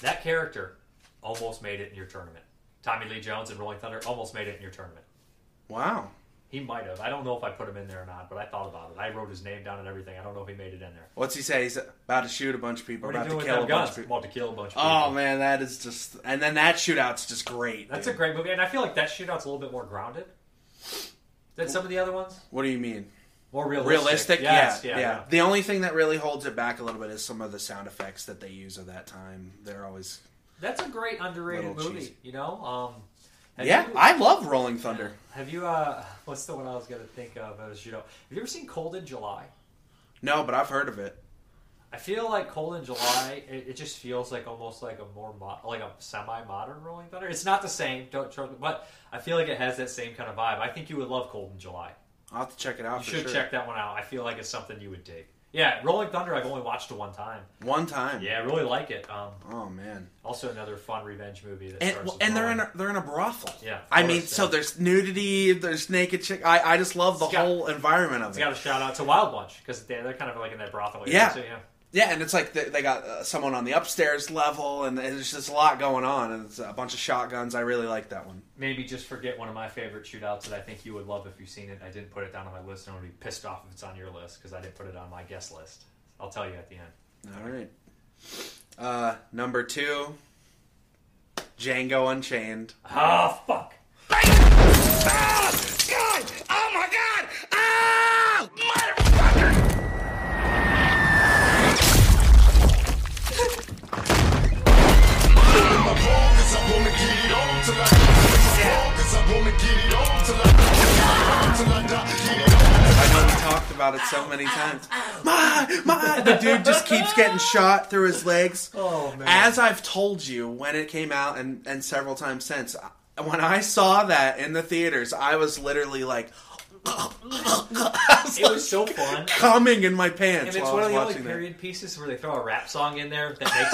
Speaker 1: That character almost made it in your tournament. Tommy Lee Jones and Rolling Thunder almost made it in your tournament.
Speaker 2: Wow.
Speaker 1: He might have. I don't know if I put him in there or not, but I thought about it. I wrote his name down and everything. I don't know if he made it in there.
Speaker 2: What's he say? He's about to shoot a bunch of people,
Speaker 1: What are you
Speaker 2: about
Speaker 1: doing with
Speaker 2: to kill a
Speaker 1: them
Speaker 2: bunch of
Speaker 1: guns?
Speaker 2: people.
Speaker 1: About to kill a bunch of people.
Speaker 2: Oh man, that is just. And then that shootout's just great.
Speaker 1: That's
Speaker 2: dude.
Speaker 1: a great movie, and I feel like that shootout's a little bit more grounded than some of the other ones.
Speaker 2: What do you mean?
Speaker 1: More realistic.
Speaker 2: Realistic?
Speaker 1: Yes,
Speaker 2: yeah, yeah, The only thing that really holds it back a little bit is some of the sound effects that they use at that time. They're always
Speaker 1: That's a great underrated
Speaker 2: Little
Speaker 1: movie.
Speaker 2: cheesy.
Speaker 1: You know. Um, have
Speaker 2: yeah,
Speaker 1: you-
Speaker 2: I love Rolling Thunder.
Speaker 1: Have you? uh [LAUGHS] What's the one I was gonna think of as you know? Have you ever seen Cold in July?
Speaker 2: No, but I've heard of it.
Speaker 1: I feel like Cold in July. It, it just feels like almost like a more mo- like a semi-modern Rolling Thunder. It's not the same. Don't trust me, but I feel like it has that same kind of vibe. I think you would love Cold in July.
Speaker 2: I'll have to check it out.
Speaker 1: You
Speaker 2: for
Speaker 1: should
Speaker 2: sure.
Speaker 1: check that one out. I feel like it's something you would dig. Yeah, Rolling Thunder. I've only watched it one time.
Speaker 2: one time.
Speaker 1: Yeah, I really like it. Um,
Speaker 2: Oh man.
Speaker 1: also another fun revenge movie that
Speaker 2: And,
Speaker 1: stars
Speaker 2: well,
Speaker 1: with
Speaker 2: and they're in
Speaker 1: Lauren.
Speaker 2: a, they're in a brothel.
Speaker 1: Yeah, of
Speaker 2: I mean,
Speaker 1: course,
Speaker 2: so
Speaker 1: yeah.
Speaker 2: there's nudity, there's naked chick. I I just love the
Speaker 1: It's got-
Speaker 2: whole environment of
Speaker 1: It's
Speaker 2: it.
Speaker 1: got a shout out to Wild Bunch because they're, they're kind of like in that brothel. area,
Speaker 2: Yeah.
Speaker 1: too, yeah.
Speaker 2: yeah, and it's like they, they got uh, someone on the upstairs level, and there's just a lot going on, and it's a bunch of shotguns. I really like that one.
Speaker 1: maybe just forget one of my favorite shootouts that I think you would love if you've seen it. I didn't put it down on my list, and I'm gonna be pissed off if it's on your list because I didn't put it on my guest list. I'll tell you at the end.
Speaker 2: All right. Uh, number two, Django Unchained.
Speaker 1: Oh fuck!
Speaker 2: I know we talked about it so many times. My, my, the dude just keeps getting shot through his legs.
Speaker 1: Oh, man.
Speaker 2: As I've told you when it came out and, and several times since, I- when I saw that in the theaters, I was literally like, [LAUGHS] I was
Speaker 1: It was so fun.
Speaker 2: coming in my
Speaker 1: And
Speaker 2: pants
Speaker 1: it's
Speaker 2: while
Speaker 1: one of
Speaker 2: I was
Speaker 1: the only
Speaker 2: watching that.
Speaker 1: period pieces where they throw a rap song in there that makes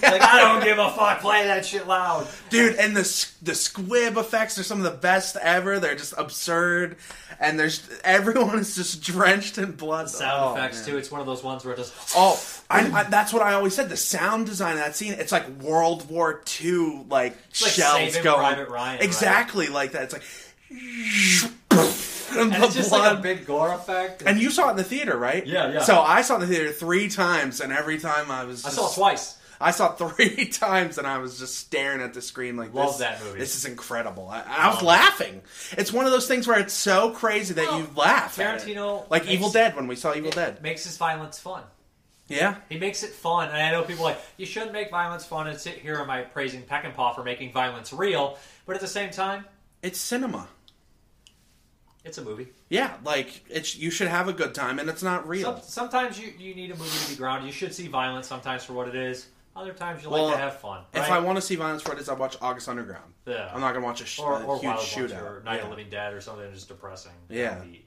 Speaker 1: it better. Like I don't give a fuck. Play that shit loud.
Speaker 2: Dude, and the s- the squib effects are some of the best ever. They're just absurd, and there's [LAUGHS] everyone is just drenched in blood.
Speaker 1: Sound
Speaker 2: Oh,
Speaker 1: effects
Speaker 2: man.
Speaker 1: too. It's one of those ones where it just
Speaker 2: Oh, I, I, that's what I always said. The sound design of that scene, it's like World War II, like,
Speaker 1: like
Speaker 2: shells
Speaker 1: Saving
Speaker 2: going.
Speaker 1: Private Ryan, right?
Speaker 2: [LAUGHS] exactly like that. It's like, [LAUGHS] and,
Speaker 1: and
Speaker 2: the
Speaker 1: it's just
Speaker 2: blood.
Speaker 1: like a big gore effect.
Speaker 2: and you saw it in the theater, right?
Speaker 1: Yeah, yeah.
Speaker 2: So I saw it in the theater three times, and every time I was,
Speaker 1: I
Speaker 2: just-
Speaker 1: saw it twice.
Speaker 2: I saw three [LAUGHS] times, and I was just staring at the screen like,
Speaker 1: Love
Speaker 2: this,
Speaker 1: that movie.
Speaker 2: This is incredible. I, I was laughing. It's one of those things where it's so crazy that you laugh. at it.
Speaker 1: Tarantino
Speaker 2: like
Speaker 1: makes-
Speaker 2: Evil Dead when we saw Evil Dead.
Speaker 1: It makes his violence fun.
Speaker 2: Yeah.
Speaker 1: He makes it fun, and I know people are like you shouldn't make violence fun and sit here am I praising Peckinpah for making violence real, but at the same time,
Speaker 2: It's cinema.
Speaker 1: it's a movie.
Speaker 2: Yeah, like it's you should have a good time, and it's not real.
Speaker 1: Some, sometimes you, you need a movie to be grounded. You should see violence sometimes for what it is, Other times you
Speaker 2: Well,
Speaker 1: like to have fun.
Speaker 2: If
Speaker 1: right?
Speaker 2: I want to see violence for it is, I watch August Underground.
Speaker 1: Yeah.
Speaker 2: I'm not gonna watch a, sh-
Speaker 1: or,
Speaker 2: a
Speaker 1: or
Speaker 2: huge
Speaker 1: Wild Bunch
Speaker 2: shootout.
Speaker 1: or Night
Speaker 2: Yeah.
Speaker 1: of Living Dead or something that's depressing.
Speaker 2: Yeah.
Speaker 1: Upbeat.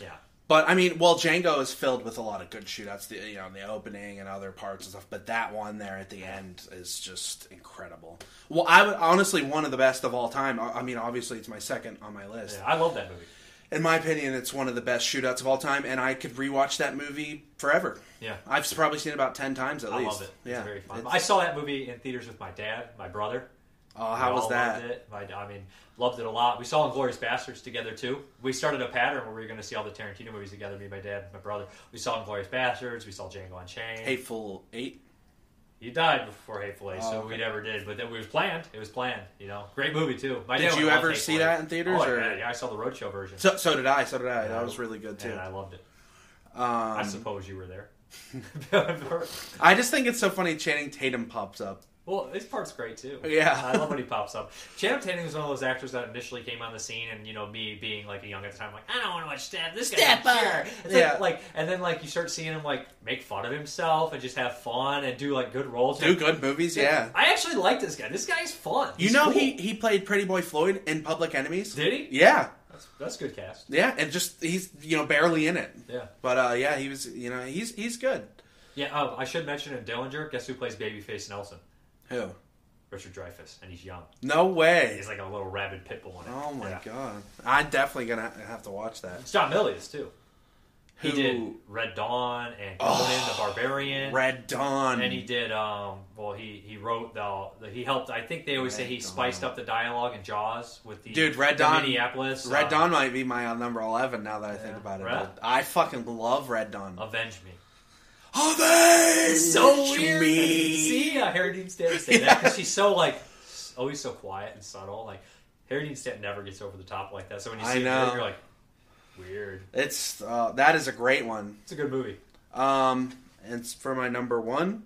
Speaker 1: Yeah.
Speaker 2: But I mean, well, Django is filled with a lot of good shootouts. The, you know, in the opening and other parts and stuff. But that one there at the end is just incredible. Well, I would honestly one of the best of all time. I, I mean, obviously it's my second on my list.
Speaker 1: Yeah, I love that movie.
Speaker 2: In my opinion, it's one of the best shootouts of all time, and I could rewatch that movie forever.
Speaker 1: Yeah.
Speaker 2: I've probably seen it about ten times at
Speaker 1: I love
Speaker 2: least.
Speaker 1: it.
Speaker 2: Yeah,
Speaker 1: It's very fun.
Speaker 2: It's-
Speaker 1: I saw that movie in theaters with my dad, my brother.
Speaker 2: oh,
Speaker 1: We
Speaker 2: how was
Speaker 1: all
Speaker 2: that?
Speaker 1: Loved it. My, I mean, loved it a lot. We saw Inglorious Bastards together too. We started a pattern where we were going to see all the Tarantino movies together. Me, my dad, my brother. We saw Inglorious Bastards. We saw Django Unchained.
Speaker 2: Hateful Eight.
Speaker 1: He died before Hateful Eight, so
Speaker 2: Oh, okay.
Speaker 1: we never did. But that was planned. It was planned. You know, great movie too. My
Speaker 2: Did
Speaker 1: dad would
Speaker 2: you
Speaker 1: love
Speaker 2: ever
Speaker 1: Hateful
Speaker 2: see
Speaker 1: Eight.
Speaker 2: that in theaters,
Speaker 1: Oh,
Speaker 2: or-
Speaker 1: yeah, yeah, I saw the roadshow version.
Speaker 2: So, so did I. So did I. That was really good too.
Speaker 1: and I loved it.
Speaker 2: Um,
Speaker 1: I suppose you were there. [LAUGHS]
Speaker 2: I just think it's so funny Channing Tatum pops up.
Speaker 1: Well, this part's great too.
Speaker 2: Yeah.
Speaker 1: I love when he pops up. Channing Tatum was one of those actors that initially came on the scene, and you know, me being like young at the time, like I don't want to watch Stab. This
Speaker 2: Step
Speaker 1: guy,
Speaker 2: up.
Speaker 1: It's
Speaker 2: Yeah.
Speaker 1: Like, like, and then like you start seeing him like make fun of himself and just have fun and do like good roles.
Speaker 2: Do good movies, yeah.
Speaker 1: I actually like this guy. This guy's fun.
Speaker 2: You
Speaker 1: He's
Speaker 2: know
Speaker 1: cool.
Speaker 2: he he played Pretty Boy Floyd in Public Enemies.
Speaker 1: did he?
Speaker 2: Yeah,
Speaker 1: That's, that's good cast.
Speaker 2: yeah, and just he's you know barely in it.
Speaker 1: Yeah,
Speaker 2: But uh, yeah, he was you know he's he's good.
Speaker 1: yeah. Oh, I should mention in Dillinger, guess who plays Babyface Nelson?
Speaker 2: Who?
Speaker 1: Richard Dreyfuss, and he's young.
Speaker 2: No way.
Speaker 1: He's like a little rabid pit bull in it.
Speaker 2: Oh my
Speaker 1: Yeah.
Speaker 2: god, I'm definitely gonna ha- have to watch that.
Speaker 1: It's John Milius too. He
Speaker 2: Who-
Speaker 1: did Red Dawn and Conan the Barbarian.
Speaker 2: Red Dawn.
Speaker 1: and he did. Um, well, he he wrote the, the he helped. I think they always say
Speaker 2: Red
Speaker 1: he
Speaker 2: Dawn.
Speaker 1: spiced up the dialogue in Jaws with the
Speaker 2: Dude, Red
Speaker 1: the
Speaker 2: Dawn-
Speaker 1: Minneapolis
Speaker 2: Red
Speaker 1: uh,
Speaker 2: Dawn might be my uh, number eleven now that I think about it.
Speaker 1: Red.
Speaker 2: I fucking love Red Dawn.
Speaker 1: Avenge me.
Speaker 2: Oh, they
Speaker 1: So weird.
Speaker 2: Me.
Speaker 1: See, uh, Harry Dean Stanton say that because she's so like s- always so quiet and subtle. Like Harry Dean Stanton never gets over the top like that. So when you
Speaker 2: I
Speaker 1: see it,
Speaker 2: know.
Speaker 1: you're like, weird.
Speaker 2: It's uh, that is a great one.
Speaker 1: It's a good movie.
Speaker 2: Um, and s- for my number one,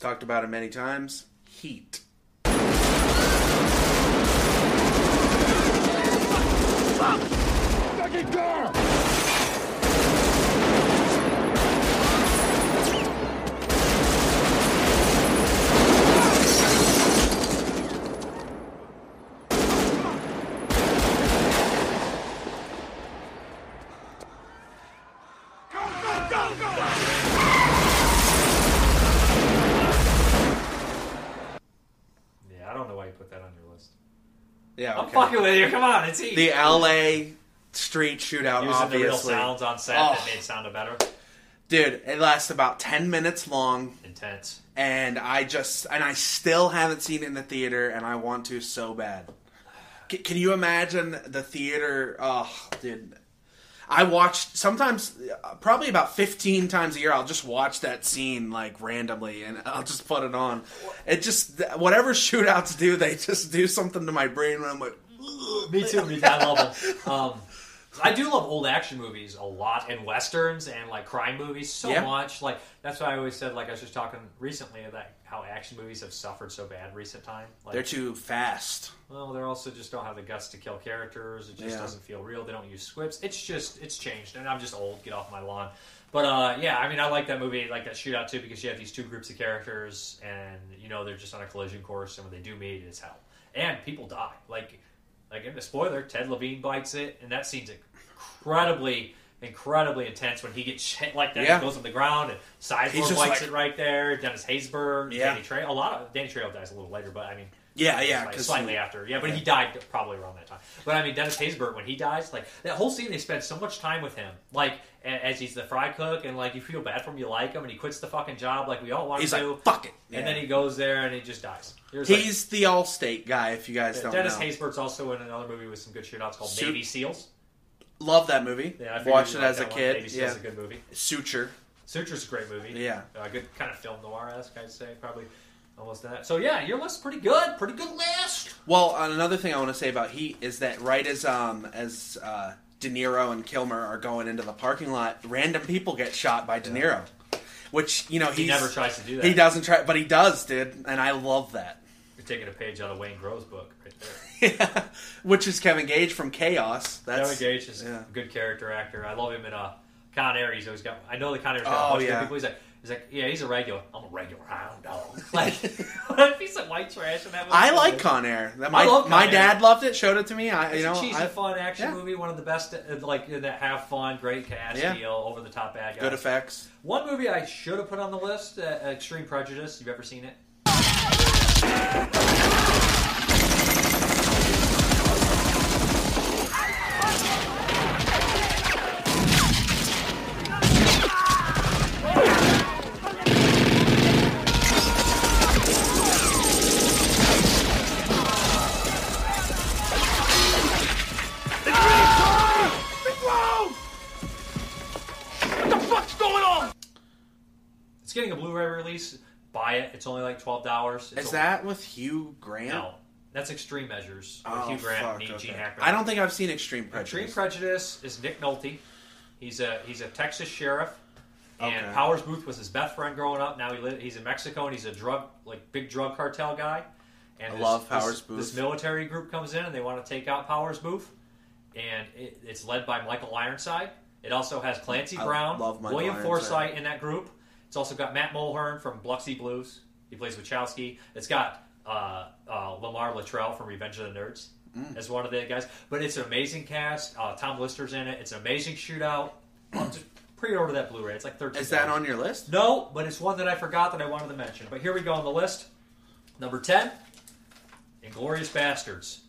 Speaker 2: talked about it many times. Heat.
Speaker 1: Yeah, I don't know why you put that on your list.
Speaker 2: Yeah,
Speaker 1: I'm
Speaker 2: okay.
Speaker 1: fucking with you. Come on, it's he.
Speaker 2: the L.A. street shootout.
Speaker 1: Using the real
Speaker 2: obviously,
Speaker 1: sounds on set
Speaker 2: Oh.
Speaker 1: that made it sound better.
Speaker 2: dude, it lasts about ten minutes long,
Speaker 1: Intense.
Speaker 2: and I just and I still haven't seen it in the theater, and I want to so bad. C- can you imagine the theater? Oh, dude. I watched sometimes, uh, probably about fifteen times a year. I'll just watch that scene like randomly, and [LAUGHS] I'll just put it on. It just th- whatever shootouts do, they just do something to my brain when I'm like, "Ugh."
Speaker 1: Me [LAUGHS] too. Me too. I love them. Um, I do love old action movies a lot, and westerns and like crime movies so
Speaker 2: Yeah.
Speaker 1: much. Like that's why I always said. Like I was just talking recently about how action movies have suffered so bad recent time. Like,
Speaker 2: they're too fast.
Speaker 1: well, they're also just don't have the guts to kill characters. It just
Speaker 2: Yeah.
Speaker 1: doesn't feel real. They don't use scripts. It's just it's changed, and I'm just old. Get off my lawn. But uh, yeah, I mean, I like that movie, like that shootout too, because you have these two groups of characters, and you know they're just on a collision course, and when they do meet, it's hell, and people die. Like, like in the spoiler, Ted Levine bites it, and that scene's incredibly, incredibly intense when he gets hit like that.
Speaker 2: Yeah.
Speaker 1: He goes on the ground, and
Speaker 2: He's
Speaker 1: Cyborg
Speaker 2: just
Speaker 1: bites
Speaker 2: like-
Speaker 1: it right there. Dennis Haysbert,
Speaker 2: Yeah.
Speaker 1: Danny Trejo, a lot of Danny Trejo dies a little later, but I mean,
Speaker 2: Yeah, yeah,
Speaker 1: like,
Speaker 2: 'cause
Speaker 1: slightly
Speaker 2: he-
Speaker 1: after. Yeah, but he died probably around that time. But I mean, Dennis Haysbert when he dies, like that whole scene, they spend so much time with him, like a- as he's the fry cook, and like you feel bad for him, you like him, and he quits the fucking job, like we all want
Speaker 2: He's
Speaker 1: to.
Speaker 2: like, fuck it.
Speaker 1: And then he goes there and he just dies. There's, like,
Speaker 2: He's the Allstate guy. If you guys don't
Speaker 1: Dennis
Speaker 2: know,
Speaker 1: Haysbert's also in another movie with some good shootouts called
Speaker 2: Suit-
Speaker 1: Navy Seals.
Speaker 2: love that movie.
Speaker 1: Yeah, I figured
Speaker 2: Watched
Speaker 1: you'd
Speaker 2: it
Speaker 1: like
Speaker 2: as a
Speaker 1: that one.
Speaker 2: kid.
Speaker 1: Navy Seals
Speaker 2: Yeah,
Speaker 1: is a good movie.
Speaker 2: Suture.
Speaker 1: Suture's a great movie.
Speaker 2: Yeah.
Speaker 1: uh, good kind of film noir esque, I'd say probably almost that. So yeah, your list's pretty good, pretty good list.
Speaker 2: Well, and another thing I want to say about Heat is that right as um as uh, De Niro and Kilmer are going into the parking lot, random people get shot by De Niro, which you know he's,
Speaker 1: He never tries to do that.
Speaker 2: He doesn't try, but he does, dude, and I love that. [LAUGHS]
Speaker 1: You're taking a page out of Wayne Grove's book right there.
Speaker 2: which is Kevin Gage from Chaos. That's
Speaker 1: Kevin Gage is
Speaker 2: yeah.
Speaker 1: a good character actor. I love him in uh, Con Air. He's always got. I know the Con Air's got
Speaker 2: Oh,
Speaker 1: a bunch
Speaker 2: yeah.
Speaker 1: of people. He's like, He's like, yeah, he's a regular. I'm a regular hound dog.
Speaker 2: [LAUGHS]
Speaker 1: [LAUGHS] Like, what a piece of white trash in that movie.
Speaker 2: I like Con Air. That my
Speaker 1: I love Con
Speaker 2: my
Speaker 1: Air.
Speaker 2: dad loved it. Showed it to me. I you
Speaker 1: It's
Speaker 2: know
Speaker 1: a cheesy,
Speaker 2: I,
Speaker 1: fun action
Speaker 2: yeah.
Speaker 1: movie. One of the best, uh, like uh, that have fun, great cast,
Speaker 2: Yeah.
Speaker 1: deal, over the top bad guys.
Speaker 2: good effects.
Speaker 1: One movie I should have put on the list: uh, Extreme Prejudice. You've ever seen it? It's getting a Blu-ray release. Buy it. It's only like twelve dollars.
Speaker 2: Is that with Hugh Grant?
Speaker 1: no? That's Extreme Measures. with
Speaker 2: Oh,
Speaker 1: Hugh Grant,
Speaker 2: fuck,
Speaker 1: and
Speaker 2: okay.
Speaker 1: Gene Hackman.
Speaker 2: I don't think I've seen Extreme
Speaker 1: Extreme
Speaker 2: Prejudice.
Speaker 1: Prejudice is Nick Nolte. He's a he's a Texas sheriff, and
Speaker 2: Okay.
Speaker 1: Powers Booth was his best friend growing up. Now he live, he's in Mexico and he's a drug like big drug cartel guy. And
Speaker 2: I
Speaker 1: this-
Speaker 2: love
Speaker 1: this-
Speaker 2: Powers Booth.
Speaker 1: This military group comes in and they want to take out Powers Booth, and it, it's led by Michael Ironside. It also has Clancy
Speaker 2: I
Speaker 1: Brown,
Speaker 2: love Michael
Speaker 1: William
Speaker 2: Ironside.
Speaker 1: Forsythe in that group. It's also got Matt Mulhern from Biloxi Blues. He plays Wachowski. It's got uh, uh, Lamar Luttrell from Revenge of the Nerds
Speaker 2: Mm.
Speaker 1: as one of the guys. But it's an amazing cast. Uh, Tom Lister's in it. It's an amazing shootout. [CLEARS THROAT] I'll just pre-order that Blu-ray. It's like thirteen.
Speaker 2: Is that on your list?
Speaker 1: No, but it's one that I forgot that I wanted to mention. But here we go on the list. Number ten, Inglorious Bastards.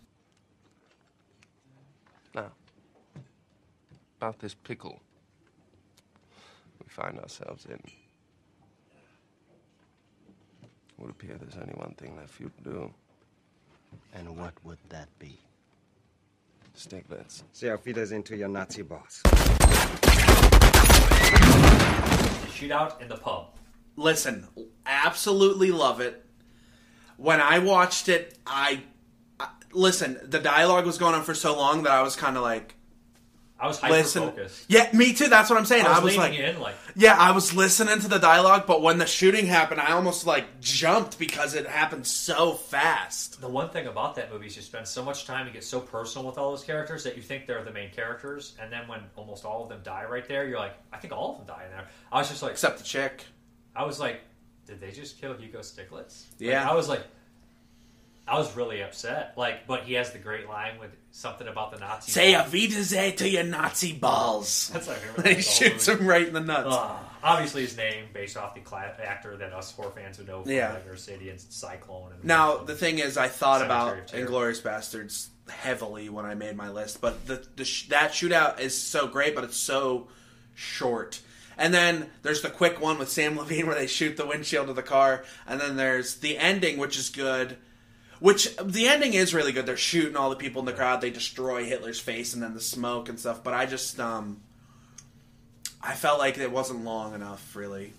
Speaker 9: Now, about this pickle we find ourselves in. It would appear there's only one thing left for you to do
Speaker 10: And what would that be?
Speaker 9: stick bits.
Speaker 10: Say our feeders into your Nazi boss.
Speaker 1: The shootout in the pub.
Speaker 2: Listen, absolutely love it. When I watched it, I, I listen. The dialogue was going on for so long that I was kind of like,
Speaker 1: I was hyper
Speaker 2: listen.
Speaker 1: focused.
Speaker 2: Yeah, me too. That's what I'm saying.
Speaker 1: I was,
Speaker 2: I was
Speaker 1: leaning
Speaker 2: like,
Speaker 1: in like
Speaker 2: Yeah, I was listening to the dialogue, but when the shooting happened, I almost like jumped because it happened so fast.
Speaker 1: The one thing about that movie is you spend so much time and get so personal with all those characters that you think they're the main characters, and then when almost all of them die right there, you're like, I think all of them die in there. I was just like,
Speaker 2: Except the chick.
Speaker 1: I was like, did they just kill Hugo Sticklets? Like,
Speaker 2: Yeah.
Speaker 1: I was like, I was really upset. Like, but he has the great line with something about the Nazi.
Speaker 2: Say a Wiedersehen to your Nazi balls.
Speaker 1: [LAUGHS] That's my
Speaker 2: [LAUGHS]
Speaker 1: favorite.
Speaker 2: They
Speaker 1: line of the whole
Speaker 2: shoots
Speaker 1: movie.
Speaker 2: him right in the nuts.
Speaker 1: Ah, obviously, his name based off the cla- actor that us horror fans would know from
Speaker 2: Yeah.
Speaker 1: like, City and Cyclone. And
Speaker 2: now, the thing is, I thought
Speaker 1: Cemetery of
Speaker 2: about
Speaker 1: Terror.
Speaker 2: Inglorious Bastards heavily when I made my list, but the, the sh- that shootout is so great, but it's so short. And then there's the quick one with Sam Levine where they shoot the windshield of the car, and then there's the ending, which is good. Which the ending is really good. They're shooting all the people in the crowd. They destroy Hitler's face and then the smoke and stuff. But I just, um, I felt like it wasn't long enough, really.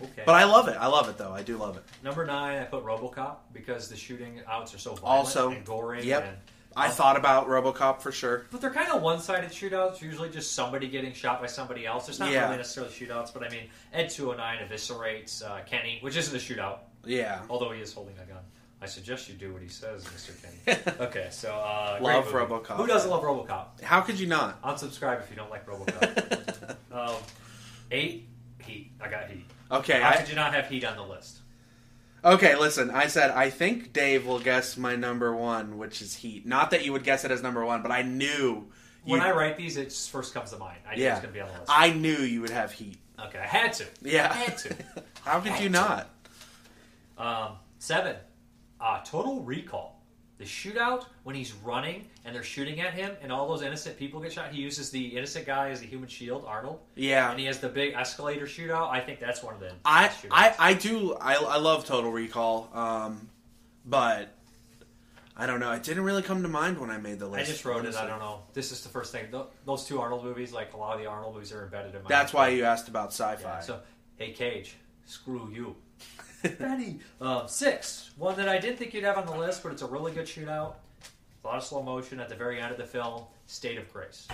Speaker 1: okay.
Speaker 2: But I love it. I love it though. I do love it.
Speaker 1: Number nine, I put RoboCop because the shooting outs are so violent
Speaker 2: Also,
Speaker 1: and gory.
Speaker 2: yep.
Speaker 1: and-
Speaker 2: I thought about RoboCop for sure.
Speaker 1: but they're kind of one-sided shootouts. Usually, just somebody getting shot by somebody else. There's not
Speaker 2: Yeah.
Speaker 1: really necessarily shootouts, but I mean, Ed 209 eviscerates uh, Kenny, which isn't a shootout,
Speaker 2: Yeah, [LAUGHS]
Speaker 1: although he is holding a gun. I suggest you do what he says, Mister
Speaker 2: [LAUGHS]
Speaker 1: Kenny. okay, so uh, great
Speaker 2: Love
Speaker 1: movie.
Speaker 2: RoboCop.
Speaker 1: Who doesn't love RoboCop?
Speaker 2: how could
Speaker 1: [LAUGHS]
Speaker 2: you not?
Speaker 1: Unsubscribe if you don't like
Speaker 2: [LAUGHS]
Speaker 1: RoboCop. um, eight, Heat. I got Heat.
Speaker 2: Okay,
Speaker 1: How
Speaker 2: I-
Speaker 1: could you not have Heat on the list?
Speaker 2: okay. Listen, I said I think Dave will guess my number one, which is Heat. Not that you would guess it as number one, but I knew
Speaker 1: When
Speaker 2: you-
Speaker 1: I write these, it just first comes to mind. I knew
Speaker 2: yeah,
Speaker 1: it's going to be on the list.
Speaker 2: I knew you would have Heat.
Speaker 1: Okay, I had to.
Speaker 2: Yeah.
Speaker 1: I had to.
Speaker 2: [LAUGHS] How could you not?
Speaker 1: Um, seven, uh, total recall. The shootout when he's running and they're shooting at him and all those innocent people get shot. He uses the innocent guy as the human shield, Arnold.
Speaker 2: Yeah.
Speaker 1: And he has the big escalator shootout. I think that's one of the
Speaker 2: I,
Speaker 1: best shootouts.
Speaker 2: I, I do. I, I love Total Recall, um, but I don't know. It didn't really come to mind when I made the
Speaker 1: I
Speaker 2: list.
Speaker 1: just wrote it. I
Speaker 2: honestly.
Speaker 1: don't know. This is the first thing. Th- Those two Arnold movies, like a lot of the Arnold movies, are embedded in my.
Speaker 2: That's why you asked about sci-fi.
Speaker 1: Yeah, So, hey Cage, screw you. [LAUGHS] Benny, um, six. One that I didn't think you'd have on the list, but it's a really good shootout. A lot of slow motion at the very end of the film. State of Grace.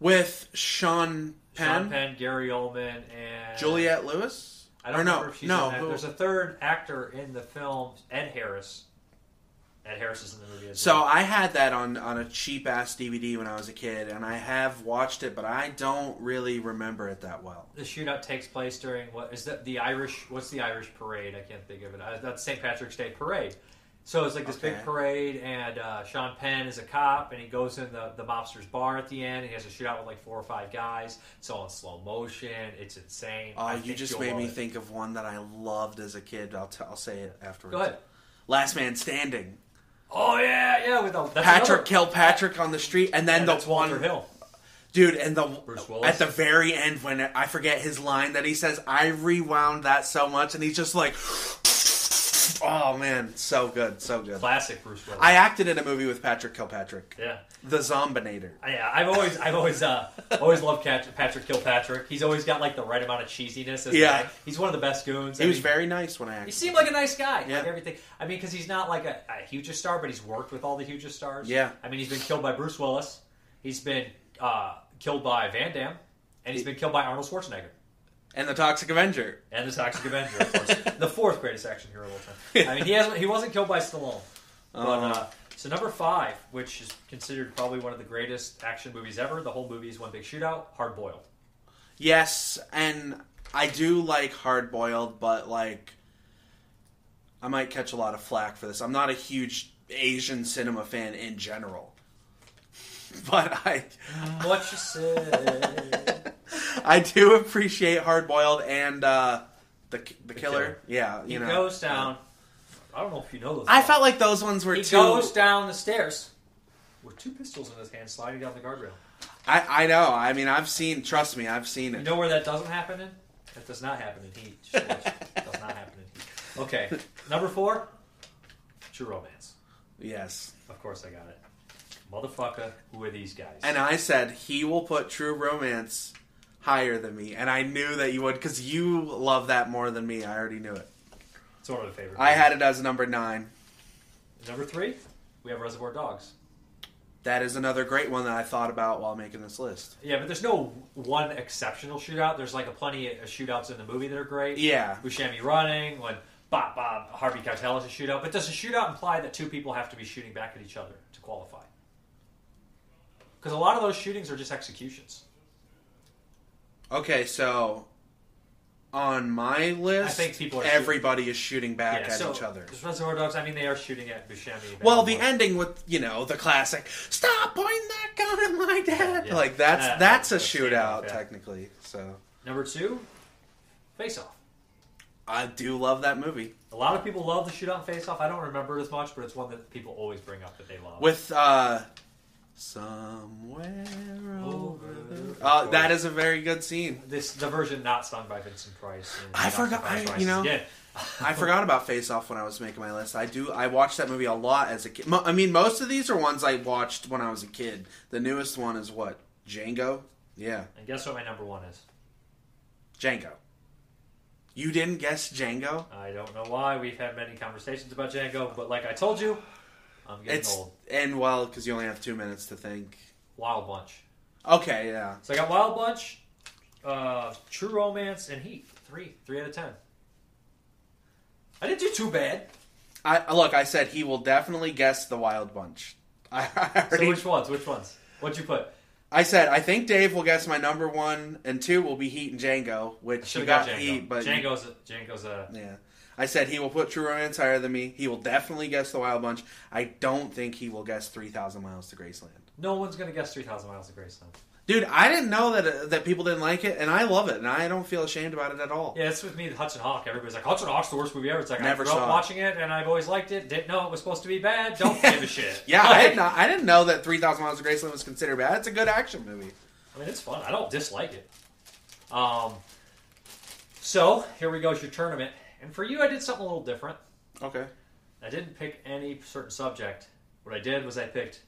Speaker 2: with Sean Penn,
Speaker 1: Sean Penn, Gary Oldman, and
Speaker 2: Juliette Lewis.
Speaker 1: I don't
Speaker 2: Or no,
Speaker 1: remember if she's
Speaker 2: no,
Speaker 1: in that.
Speaker 2: who-
Speaker 1: There's a third actor in the film, Ed Harris. Ed Harris is in the movie as
Speaker 2: So
Speaker 1: well.
Speaker 2: I had that on on a cheap ass DVD when I was a kid, and I have watched it, but I don't really remember it that well.
Speaker 1: the shootout takes place during what is that the Irish? What's the Irish parade? I can't think of it. Uh, that's St. Patrick's Day parade. So it's like this
Speaker 2: Okay.
Speaker 1: big parade, and uh, Sean Penn is a cop, and he goes in the, the mobster's bar at the end. And he has a shootout with like four or five guys. It's all in slow motion. It's insane.
Speaker 2: Oh,
Speaker 1: I
Speaker 2: you
Speaker 1: think
Speaker 2: just
Speaker 1: you'll
Speaker 2: made
Speaker 1: love
Speaker 2: me
Speaker 1: it.
Speaker 2: think of one that I loved as a kid. I'll, t- I'll say it afterwards.
Speaker 1: Go ahead.
Speaker 2: Last Man Standing.
Speaker 1: Oh yeah, yeah. With the, that's another-
Speaker 2: Patrick Kilpatrick on the street, and then
Speaker 1: Yeah,
Speaker 2: the
Speaker 1: that's Walter
Speaker 2: one
Speaker 1: Hill.
Speaker 2: dude, and the
Speaker 1: Bruce Willis.
Speaker 2: at the very end when I forget his line that he says, I rewound that so much, and he's just like, [GASPS] oh man, so good, so good.
Speaker 1: Classic Bruce Willis.
Speaker 2: I acted in a movie with Patrick Kilpatrick,
Speaker 1: yeah.
Speaker 2: The Zombinator.
Speaker 1: Yeah, I've always, I've always, uh, always loved Cat- Patrick Kilpatrick. He's always got like the right amount of cheesiness. As
Speaker 2: Yeah.
Speaker 1: well. he's one of the best goons.
Speaker 2: He
Speaker 1: I
Speaker 2: was
Speaker 1: mean,
Speaker 2: very nice when I acted.
Speaker 1: He seemed like a nice guy.
Speaker 2: Yeah.
Speaker 1: Like everything. I mean, because he's not like a, a hugest star, but he's worked with all the hugest stars.
Speaker 2: Yeah.
Speaker 1: I mean, he's been killed by Bruce Willis. He's been uh, killed by Van Damme, and he's been killed by Arnold Schwarzenegger
Speaker 2: and the Toxic Avenger.
Speaker 1: and the Toxic Avenger, of course, the fourth greatest action hero of all time. I mean, he hasn't, he wasn't killed by Stallone. But,
Speaker 2: Oh.
Speaker 1: uh, so number five, which is considered probably one of the greatest action movies ever, the whole movie is one big shootout, hard boiled.
Speaker 2: Yes, and I do like hard boiled, but like I might catch a lot of flack for this. I'm not a huge Asian cinema fan in general. [LAUGHS] But I [LAUGHS]
Speaker 1: What you say?
Speaker 2: I do appreciate hard boiled and uh the the, the killer.
Speaker 1: Killer.
Speaker 2: Yeah,
Speaker 1: he
Speaker 2: you know.
Speaker 1: goes down. I don't know if you know this.
Speaker 2: I felt like those ones were
Speaker 1: he
Speaker 2: too
Speaker 1: goes down the stairs with two pistols in his hand, sliding down the guardrail.
Speaker 2: I I know. I mean, I've seen trust me, I've seen
Speaker 1: You
Speaker 2: it.
Speaker 1: know where that doesn't happen in? That does not happen in Heat. George. does not happen in Heat. Okay, number four, True Romance.
Speaker 2: Yes.
Speaker 1: Of course, I got it. Motherfucker, who are these guys?
Speaker 2: And I said he will put True Romance higher than me, and I knew that you would because you love that more than me. I already knew it.
Speaker 1: it's one of my favorite.
Speaker 2: I had it as number nine.
Speaker 1: number three. We have Reservoir Dogs.
Speaker 2: That is another great one that I thought about while making this list.
Speaker 1: Yeah, but there's no one exceptional shootout. There's like a plenty of shootouts in the movie that are great.
Speaker 2: Yeah.
Speaker 1: Buscemi running when Bob Bob Harvey Keitel is a shootout. But does a shootout imply that two people have to be shooting back at each other to qualify? Because a lot of those shootings are just executions.
Speaker 2: Okay, so on my list,
Speaker 1: I think people are
Speaker 2: everybody is shooting back
Speaker 1: Yeah,
Speaker 2: at
Speaker 1: so
Speaker 2: each other.
Speaker 1: there's Reservoir Dogs. I mean, they are shooting at Buscemi.
Speaker 2: Well, the
Speaker 1: Back-
Speaker 2: ending with you know the classic "Stop pointing that gun at my dad"
Speaker 1: Yeah.
Speaker 2: like that's
Speaker 1: Uh,
Speaker 2: that's a
Speaker 1: that's the ending,
Speaker 2: shootout
Speaker 1: yeah.
Speaker 2: technically. So
Speaker 1: number two, Face Off.
Speaker 2: I do love that movie
Speaker 1: A lot of people love the shootout and Face Off. I don't remember it as much, but it's one that people always bring up that they love.
Speaker 2: with uh somewhere over there. Uh, that is a very good scene.
Speaker 1: this the version not sung by Vincent Price. and
Speaker 2: I
Speaker 1: not sung
Speaker 2: forgot-
Speaker 1: by
Speaker 2: I-
Speaker 1: Price
Speaker 2: you know-
Speaker 1: again.
Speaker 2: I forgot about Face Off when I was making my list. I do. I watched that movie a lot as a kid. Mo- I mean, most of these are ones I watched when I was a kid. The newest one is what Django. Yeah,
Speaker 1: [LAUGHS] And guess what my number one is?
Speaker 2: Django. You didn't guess Django?
Speaker 1: I don't know why. We've had many conversations about Django, but like I told you, I'm getting
Speaker 2: It's
Speaker 1: old.
Speaker 2: and well because you only have two minutes to think.
Speaker 1: Wild Bunch.
Speaker 2: Okay, yeah.
Speaker 1: So I got Wild Bunch, uh, True Romance, and Heat. Three, three out of ten. I didn't do too bad.
Speaker 2: I look. I said he will definitely guess the Wild Bunch. [LAUGHS] I, I
Speaker 1: So
Speaker 2: already.
Speaker 1: which ones? Which ones? What'd you put?
Speaker 2: I said I think Dave will guess my number one and two will be Heat and Django, which you
Speaker 1: Should
Speaker 2: got,
Speaker 1: have got Django.
Speaker 2: Heat, but
Speaker 1: Django's a, Django's a.
Speaker 2: Yeah. I said he will put True Romance higher than me. He will definitely guess The Wild Bunch. I don't think he will guess 3,000 Miles to Graceland.
Speaker 1: No one's gonna guess three thousand miles of Graceland.
Speaker 2: Dude, I didn't know that uh, that people didn't like it, and I love it, and I don't feel ashamed about it at all.
Speaker 1: Yeah, it's with me, Hudson Hawk. Everybody's like, Hudson Hawk's the worst movie ever. It's like
Speaker 2: Never
Speaker 1: I grew
Speaker 2: saw
Speaker 1: up
Speaker 2: it.
Speaker 1: watching it, and I've always liked it. Didn't know it was supposed to be bad. Don't give a shit.
Speaker 2: [LAUGHS] Yeah,
Speaker 1: [LAUGHS]
Speaker 2: I,
Speaker 1: Like,
Speaker 2: did not, I didn't know that 3,000 Miles to Graceland was considered bad. It's a good action movie.
Speaker 1: I mean, it's fun. I don't dislike it. Um, so here we go. It's your tournament, and for you, I did something a little different.
Speaker 2: Okay.
Speaker 1: I didn't pick any certain subject. What I did was I picked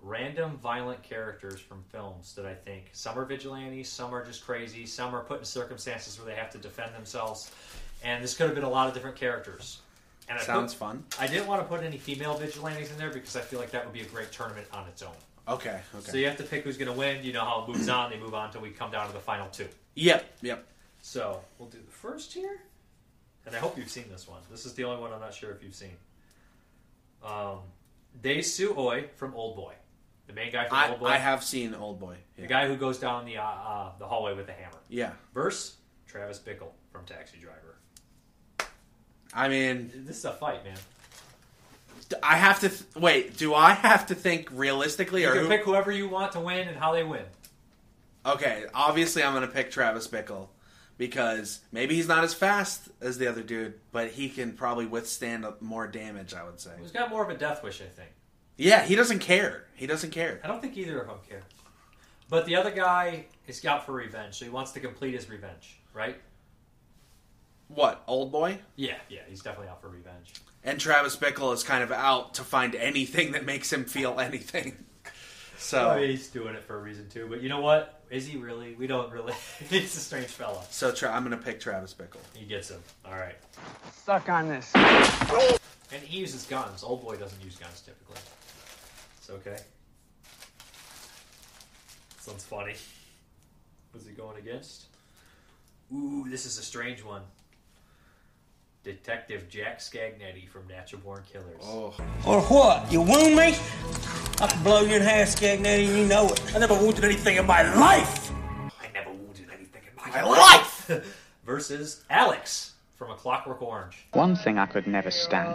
Speaker 1: random violent characters from films that I think some are vigilantes, some are just crazy, some are put in circumstances where they have to defend themselves, and this could have been a lot of different characters. And I put-
Speaker 2: Sounds fun.
Speaker 1: I didn't want to put any female vigilantes in there because I feel like that would be a great tournament on its own.
Speaker 2: Okay. Okay.
Speaker 1: So you have to pick who's going to win. You know how it moves on. They move on until we come down to the final two.
Speaker 2: Yep. Yep.
Speaker 1: So we'll do the first here, and I hope you've seen this one. This is the only one I'm not sure if you've seen. Um, Dae Su Oi from Old Boy, the main guy from
Speaker 2: I,
Speaker 1: Old Boy.
Speaker 2: I have seen Old Boy. Yeah.
Speaker 1: The guy who goes down the uh, uh, the hallway with the hammer.
Speaker 2: Yeah.
Speaker 1: Verse Travis Bickle from Taxi Driver.
Speaker 2: I mean,
Speaker 1: This is a fight, man.
Speaker 2: d- I have to th- wait. Do I have to think realistically
Speaker 1: You
Speaker 2: or
Speaker 1: can
Speaker 2: who?
Speaker 1: pick whoever you want to win and how they win.
Speaker 2: Okay, obviously I'm gonna pick Travis Bickle because maybe he's not as fast as the other dude, but he can probably withstand more damage. I would say.
Speaker 1: Who's got more of a death wish, I think.
Speaker 2: Yeah, he doesn't care. He doesn't care.
Speaker 1: I don't think either of them care. But the other guy is out for revenge, so he wants to complete his revenge, right?
Speaker 2: What old boy?
Speaker 1: Yeah, yeah, he's definitely out for revenge.
Speaker 2: And Travis Bickle is kind of out to find anything that makes him feel anything. [LAUGHS] So
Speaker 1: I mean, he's doing it for a reason too. But you know what? Is he really? We don't really. [LAUGHS] he's a strange fella.
Speaker 2: so tra- I'm gonna pick Travis Bickle.
Speaker 1: He gets him. All right.
Speaker 11: Suck on this.
Speaker 1: And he uses guns. Old boy doesn't use guns typically. It's okay. This one's funny. What's he going against? Ooh, this is a strange one. Detective Jack Scagnetti from Natural Born Killers.
Speaker 2: Oh.
Speaker 12: Or what? You wound me? I can blow you in half, Scagnetti, and you know it. I never wounded anything in my life!
Speaker 1: I never wounded anything in
Speaker 12: My life!
Speaker 1: [LAUGHS] Versus Alex from A Clockwork Orange.
Speaker 11: One thing I could never stand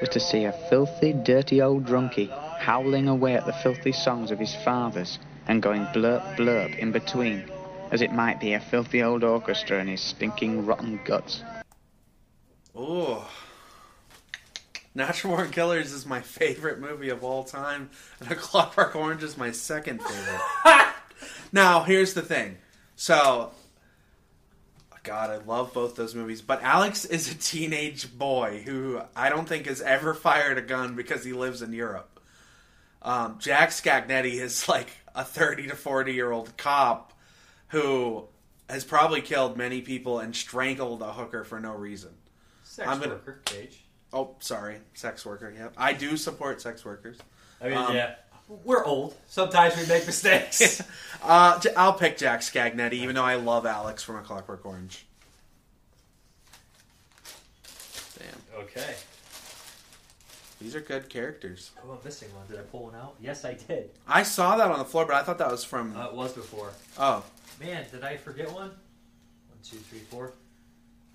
Speaker 11: was to see a filthy, dirty old drunkie howling away at the filthy songs of his fathers and going blurp blurp in between, as it might be a filthy old orchestra and his stinking rotten guts.
Speaker 2: Ooh. Natural Born Killers is my favorite movie of all time, and A Clockwork Orange is my second favorite. now, here's the thing. So, God, I love both those movies, but Alex is a teenage boy who I don't think has ever fired a gun because he lives in Europe. Um, Jack Scagnetti is like a 30 to 40 year old cop who has probably killed many people and strangled a hooker for no reason.
Speaker 1: Sex
Speaker 2: I'm gonna-
Speaker 1: worker, Cage.
Speaker 2: Oh, sorry, sex worker. Yep, I do support sex workers.
Speaker 1: I
Speaker 2: Um,
Speaker 1: mean, yeah. We're old. Sometimes we make
Speaker 2: [LAUGHS]
Speaker 1: mistakes.
Speaker 2: uh, j- I'll pick Jack Scagnetti, even though I love Alex from A Clockwork Orange. Damn,
Speaker 1: Okay.
Speaker 2: these are good characters.
Speaker 1: Oh, I'm missing one. Did I pull one out? Yes, I did.
Speaker 2: I saw that on the floor, but I thought that was from.
Speaker 1: Uh, it was before.
Speaker 2: oh,
Speaker 1: Man, did I forget one? One, two, three, four.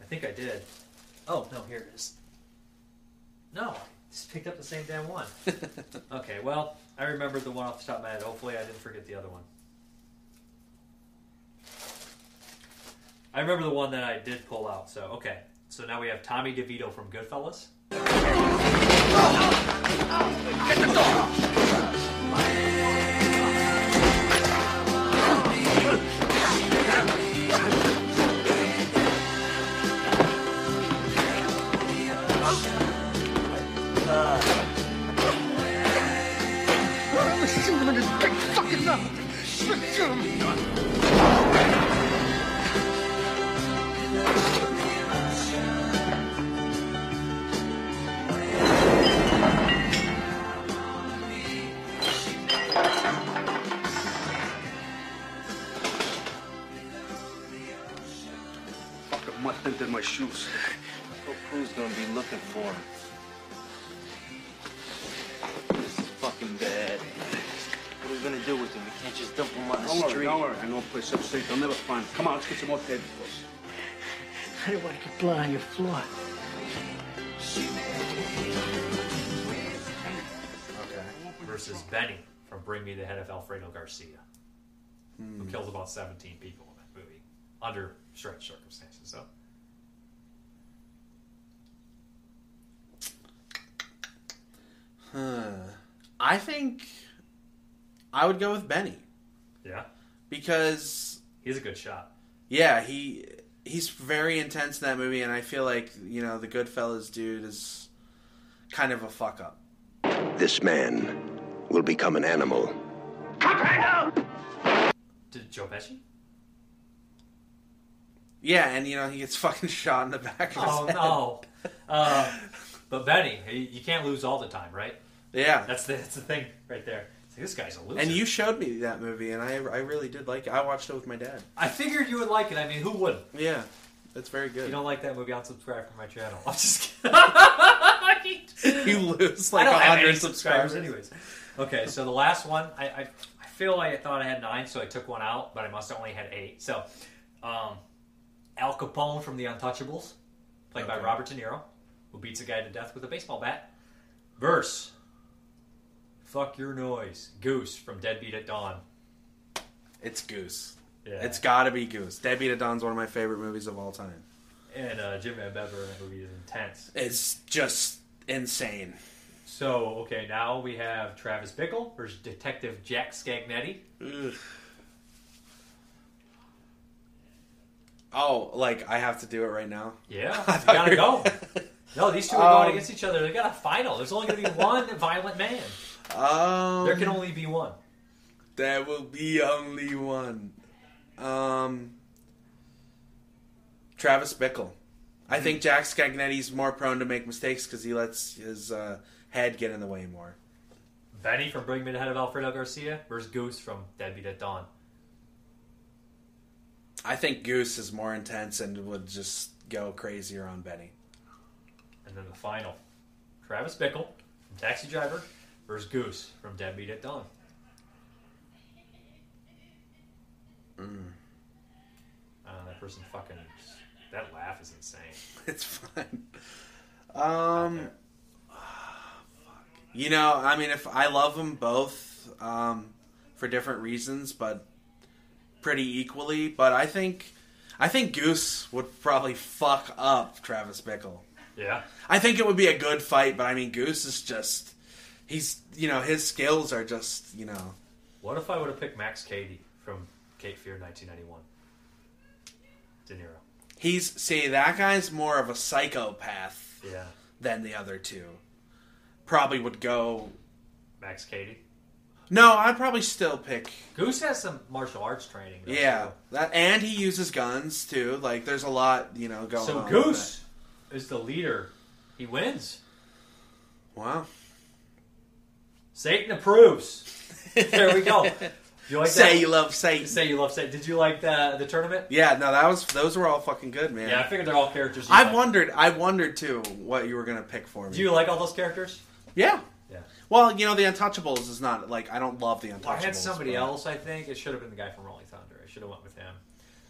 Speaker 1: I think I did. Oh, no, here it is. No, I just picked up the same damn [LAUGHS] one. okay, well, I remembered the one off the top of my head. Hopefully, I didn't forget the other one. I remember the one that I did pull out, so okay. So now we have Tommy DeVito from Goodfellas.
Speaker 5: Fucker must have been my shoes. Whole crew's gonna be looking for him. This is fucking bad. What are we gonna do with him? We can't just dump him on the
Speaker 6: Don't
Speaker 5: street.
Speaker 6: worry, don't worry. I know a place up safe. They'll never find him. Come on, let's get some more dead folks.
Speaker 12: I didn't want to get blood on your floor.
Speaker 2: okay.
Speaker 1: versus Benny from Bring Me the Head of Alfredo Garcia, who kills about 17 people in that movie under certain circumstances. So,
Speaker 2: Huh. I think I would go with Benny
Speaker 1: yeah,
Speaker 2: because
Speaker 1: he's a good shot.
Speaker 2: yeah, he he's very intense in that movie, and I feel like you know the Goodfellas dude is kind of a fuck up.
Speaker 13: This man will become an animal.
Speaker 1: Did Joe Pesci?
Speaker 2: Yeah, and you know he gets [LAUGHS] fucking shot in the back. Of
Speaker 1: Oh
Speaker 2: his head.
Speaker 1: no! [LAUGHS] Uh, but Benny, Um, he- you can't lose all the time, right?
Speaker 2: Yeah.
Speaker 1: That's the that's the thing right there. This guy's a loser.
Speaker 2: And you showed me that movie, and I, I really did like it. I watched it with my dad.
Speaker 1: I figured you would like it. I mean, who wouldn't?
Speaker 2: Yeah, it's very good. [LAUGHS]
Speaker 1: If you don't like that movie, unsubscribe from my channel. [LAUGHS] I'm just kidding.
Speaker 2: You lose, like,
Speaker 1: I don't have
Speaker 2: 100
Speaker 1: any subscribers,
Speaker 2: subscribers.
Speaker 1: anyways. Okay, so the last one, I, I I feel like I thought I had nine, so I took one out, but I must have only had eight. So, um, Al Capone from The Untouchables, played by
Speaker 2: Okay.
Speaker 1: Robert De Niro, who beats a guy to death with a baseball bat. Verse. Fuck your noise, Goose from Deadbeat at Dawn.
Speaker 2: It's Goose.
Speaker 1: Yeah.
Speaker 2: It's got to be Goose. Debbie to Don's one of my favorite movies of all time.
Speaker 1: and uh, Jim Van Bever in that movie is intense.
Speaker 2: It's just insane.
Speaker 1: So okay, now we have Travis Bickle versus Detective Jack Scagnetti.
Speaker 2: Oh, like I have to do it right now.
Speaker 1: Yeah,
Speaker 2: [LAUGHS] I
Speaker 1: you gotta go.
Speaker 2: thought
Speaker 1: No, these two are
Speaker 2: Um,
Speaker 1: going against each other. They got a final. There's only going to be one [LAUGHS] violent man.
Speaker 2: you were- Um,
Speaker 1: There can only be one.
Speaker 2: There will be only one. Um, Travis Bickle. I think Jack Scagnetti's more prone to make mistakes because he lets his uh, head get in the way more.
Speaker 1: Benny from Bring Me the Head of Alfredo Garcia versus Goose from Deadbeat at Dawn.
Speaker 2: I think Goose is more intense and would just go crazier on Benny.
Speaker 1: And then the final, Travis Bickle from Taxi Driver versus Goose from Deadbeat at Dawn.
Speaker 2: Mm.
Speaker 1: Uh, that person fucking. That laugh is insane.
Speaker 2: [LAUGHS] It's fine. Um, [SIGHS] you know, I mean, if I love them both um, for different reasons, but pretty equally. But I think, I think Goose would probably fuck up Travis Bickle.
Speaker 1: Yeah.
Speaker 2: I think it would be a good fight, but I mean, Goose is just. He's, you know, his skills are just, you know.
Speaker 1: What if I would have picked Max Cady from Cape Fear 1991? De Niro.
Speaker 2: He's, see, that guy's more of a psychopath
Speaker 1: Yeah.
Speaker 2: than the other two. Probably would go.
Speaker 1: Max Cady.
Speaker 2: No, I'd probably still pick
Speaker 1: Goose has some martial arts training. though,
Speaker 2: Yeah, that and he uses guns too. Like, there's a lot you know
Speaker 1: too.
Speaker 2: going.
Speaker 1: So
Speaker 2: on with
Speaker 1: Goose is the leader. He wins.
Speaker 2: that. Wow.
Speaker 1: Satan
Speaker 2: [LAUGHS]
Speaker 1: approves. there we go. You like
Speaker 2: Say
Speaker 1: that?
Speaker 2: you love Satan.
Speaker 1: Say you love Satan. Did you like the the tournament?
Speaker 2: Yeah, no, that was those were all fucking good, man.
Speaker 1: Yeah, I figured they're all characters. you
Speaker 2: I
Speaker 1: like.
Speaker 2: wondered, I wondered too what you were gonna pick for me.
Speaker 1: Do you like all those characters?
Speaker 2: Yeah.
Speaker 1: Yeah.
Speaker 2: Well, you know, the Untouchables is not like I don't love the Untouchables.
Speaker 1: I had somebody
Speaker 2: but
Speaker 1: else. I think it should have been the guy from Rolling Thunder. I should have went with him.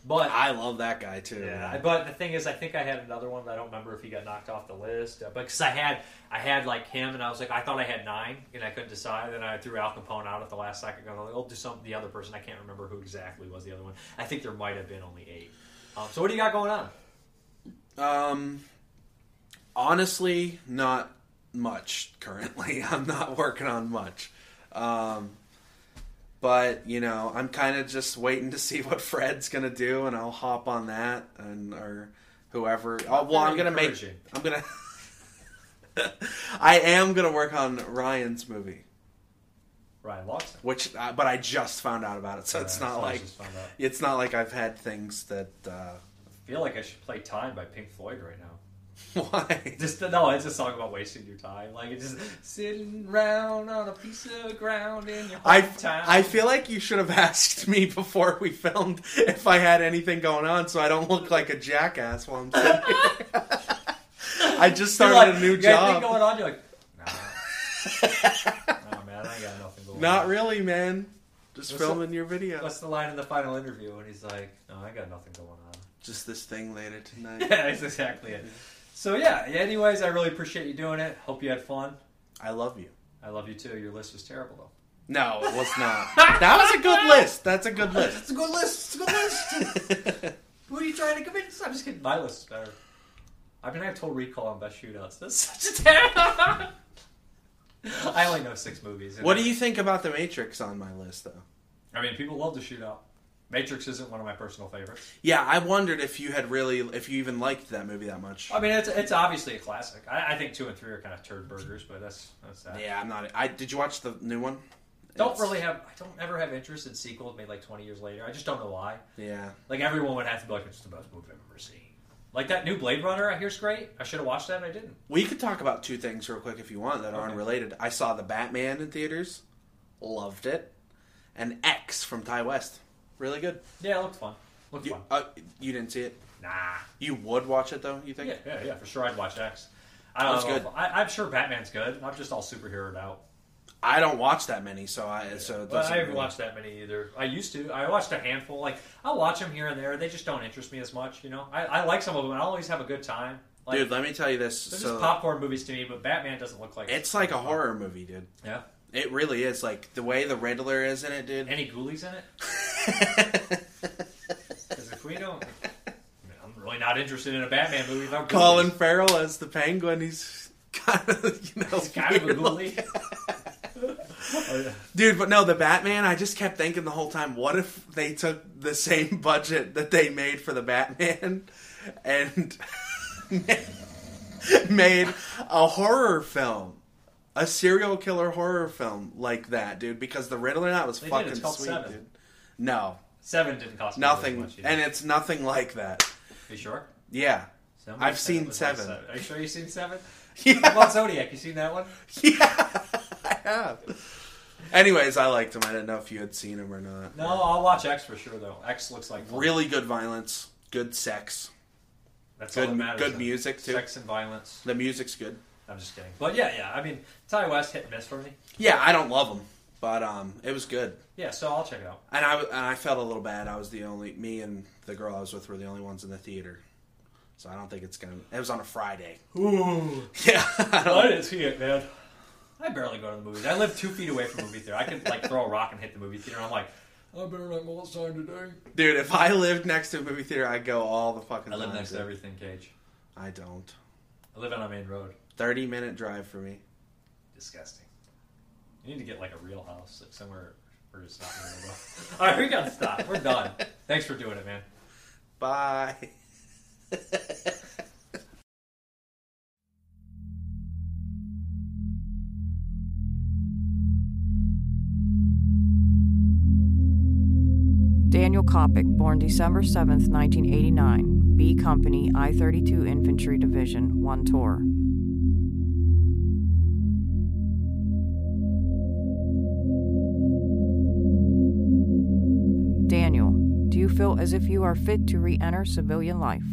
Speaker 1: But
Speaker 2: I love that guy too.
Speaker 1: Yeah,
Speaker 2: man.
Speaker 1: but the thing is, I think I had another one. But I don't remember if he got knocked off the list. uh, But because I had, I had like him, and I was like, I thought I had nine, and I couldn't decide. Then I threw Al Capone out at the last second. I was like, I'll do some the other person. I can't remember who exactly was the other one. I think there might have been only eight. Um, so what do you got going on?
Speaker 2: Um, honestly, not much currently. [LAUGHS] I'm not working on much. Um, but you know, I'm kind of just waiting to [LAUGHS] see what Fred's gonna do, and I'll hop on that, and or whoever. Oh, well, I'm gonna make.
Speaker 1: Encouraging.
Speaker 2: I'm gonna. [LAUGHS] I am gonna work on Ryan's movie,
Speaker 1: Ryan Loxton.
Speaker 2: which, uh, but I just found out about it, so it's
Speaker 1: Yeah, Uh,
Speaker 2: not
Speaker 1: so I
Speaker 2: like
Speaker 1: just found out.
Speaker 2: it's not like I've had things that. Uh, [LAUGHS]
Speaker 1: I feel like I should play "Time" by Pink Floyd right now.
Speaker 2: why?
Speaker 1: Just no, it's a song about wasting your time. Like it's just sitting round on a piece of ground in your
Speaker 2: I,
Speaker 1: hometown.
Speaker 2: I feel like you should have [LAUGHS] asked me before we filmed if I had anything going on so I don't look like a jackass while I'm sitting here. [LAUGHS] I just
Speaker 1: You're
Speaker 2: started
Speaker 1: like,
Speaker 2: a new
Speaker 1: you got anything
Speaker 2: job.
Speaker 1: going on? You're like, [LAUGHS] nah, nah, man, I ain't got nothing going.
Speaker 2: Not
Speaker 1: on.
Speaker 2: really, man. Just
Speaker 1: What's
Speaker 2: filming your video.
Speaker 1: What's the line in the final interview when he's like, "No, I got nothing going on." [LAUGHS]
Speaker 2: Just this thing later
Speaker 1: yeah,
Speaker 2: tonight.
Speaker 1: that's exactly it. So yeah. yeah, Anyways, I really appreciate you doing it. Hope you had fun.
Speaker 2: I love you.
Speaker 1: I love you too. Your list was terrible though.
Speaker 2: No, it was
Speaker 1: [LAUGHS]
Speaker 2: not. that was a good list. That's a good list.
Speaker 1: It's a good list. It's a good list. [LAUGHS] Who are you trying to convince? I'm just kidding. My list is better. I mean, I have total recall on best shootouts. That's such a terrible. [LAUGHS] I only know six movies.
Speaker 2: [LAUGHS] what do you think about The Matrix on my list, though?
Speaker 1: I mean, people love the shootout. Matrix isn't one of my personal favorites.
Speaker 2: Yeah, I wondered if you had really, if you even liked that movie that much.
Speaker 1: I mean, it's it's obviously a classic. I, I think two and three are kind of turd burgers, but that's that's that.
Speaker 2: Yeah, I'm not. I did you watch the new one?
Speaker 1: Don't
Speaker 2: It's-
Speaker 1: really have. I don't ever have interest in sequels made like twenty years later. I just don't know why.
Speaker 2: Yeah.
Speaker 1: Like everyone would have to be like, it's the best movie I've ever seen. Like that new Blade Runner, I hear's great. I should have watched that. and I didn't.
Speaker 2: We could talk about two things real quick if you want that aren't
Speaker 1: Okay.
Speaker 2: related. I saw the Batman in theaters. loved it. And X from Ty West, really good.
Speaker 1: Yeah, it looks fun. Looks
Speaker 2: you,
Speaker 1: fun.
Speaker 2: uh, you didn't see it?
Speaker 1: Nah.
Speaker 2: You would watch it though? You think?
Speaker 1: Yeah, yeah, yeah, for sure. I'd watch X. I don't
Speaker 2: That's
Speaker 1: know.
Speaker 2: good.
Speaker 1: I, I'm sure Batman's good. I'm just all superheroed out.
Speaker 2: I don't watch that many, so I so it
Speaker 1: But
Speaker 2: doesn't.
Speaker 1: I haven't
Speaker 2: really-
Speaker 1: watched that many either. I used to. I watched a handful. Like I'll watch them here and there. They just don't interest me as much. You know, I, I like some of them. and I always have a good time. Like,
Speaker 2: Dude, let me tell you this.
Speaker 1: They're
Speaker 2: so-
Speaker 1: just popcorn movies to me, but Batman doesn't look like
Speaker 2: It's like a horror movie, dude.
Speaker 1: Yeah.
Speaker 2: It really is. Like the way the Riddler is in it, dude.
Speaker 1: Any ghoulies
Speaker 2: [LAUGHS]
Speaker 1: in it? Because if we don't, I mean, I'm really not interested in a Batman movie without
Speaker 2: Colin
Speaker 1: ghoulies.
Speaker 2: Farrell as the Penguin. He's [LAUGHS] kind of, you know,
Speaker 1: kind of a Oh,
Speaker 2: weird
Speaker 1: ghoulie.
Speaker 2: Dude, but no, the Batman, I just kept thinking the whole time, what if they took the same [LAUGHS] budget that they made for the Batman and [LAUGHS] made a horror film? A serial killer horror film like that, dude, because the Riddler that was
Speaker 1: They did, it's
Speaker 2: fucking
Speaker 1: called
Speaker 2: sweet,
Speaker 1: Seven.
Speaker 2: dude. No.
Speaker 1: Seven didn't cost me
Speaker 2: Nothing.
Speaker 1: as much either.
Speaker 2: and it's nothing like that.
Speaker 1: You sure?
Speaker 2: Yeah. [LAUGHS]
Speaker 1: Somebody
Speaker 2: I've
Speaker 1: said it
Speaker 2: seen
Speaker 1: was like
Speaker 2: seven.
Speaker 1: Are you sure you've seen seven? Yeah. What
Speaker 2: [LAUGHS]
Speaker 1: about Zodiac? You seen that one?
Speaker 2: I have. Anyways, I liked him. I didn't know if you had seen him or not.
Speaker 1: No, I'll watch X for sure though. X looks like fun.
Speaker 2: Really good violence, good sex.
Speaker 1: That's
Speaker 2: good,
Speaker 1: all that matters.
Speaker 2: good music too.
Speaker 1: Sex and violence.
Speaker 2: The music's good.
Speaker 1: I'm just kidding. But yeah, yeah. I mean, Ty West hit and miss for me.
Speaker 2: Yeah, I don't love him, but um, it was good.
Speaker 1: Yeah, so I'll check it out.
Speaker 2: And I and I felt a little bad. I was the only me and the girl I was with were the only ones in the theater, so I don't think it's gonna. It was on
Speaker 1: [LAUGHS]
Speaker 2: a Friday.
Speaker 1: Ooh.
Speaker 2: Yeah. I, don't-
Speaker 1: didn't see it, man. I barely go to the movies. I live two feet away from movie theater. I could like throw a rock and hit the movie theater. And I'm like, I better not go outside today.
Speaker 2: Dude, if I lived next to a movie theater, I'd go all the fucking.
Speaker 1: I live
Speaker 2: time,
Speaker 1: next to
Speaker 2: dude.
Speaker 1: everything, Cage.
Speaker 2: I don't.
Speaker 1: I live on a main road.
Speaker 2: Thirty minute drive for me.
Speaker 1: Disgusting. You need to get like a real house, like somewhere. We're just not. gonna go. [LAUGHS] All right, we gotta stop. We're done. Thanks for doing it, man.
Speaker 2: Bye. [LAUGHS]
Speaker 14: Daniel Kopic, born December 7, 1989, B Company, I 32 Infantry Division, 1 Tour. Daniel, do you feel as if you are fit to re enter civilian life?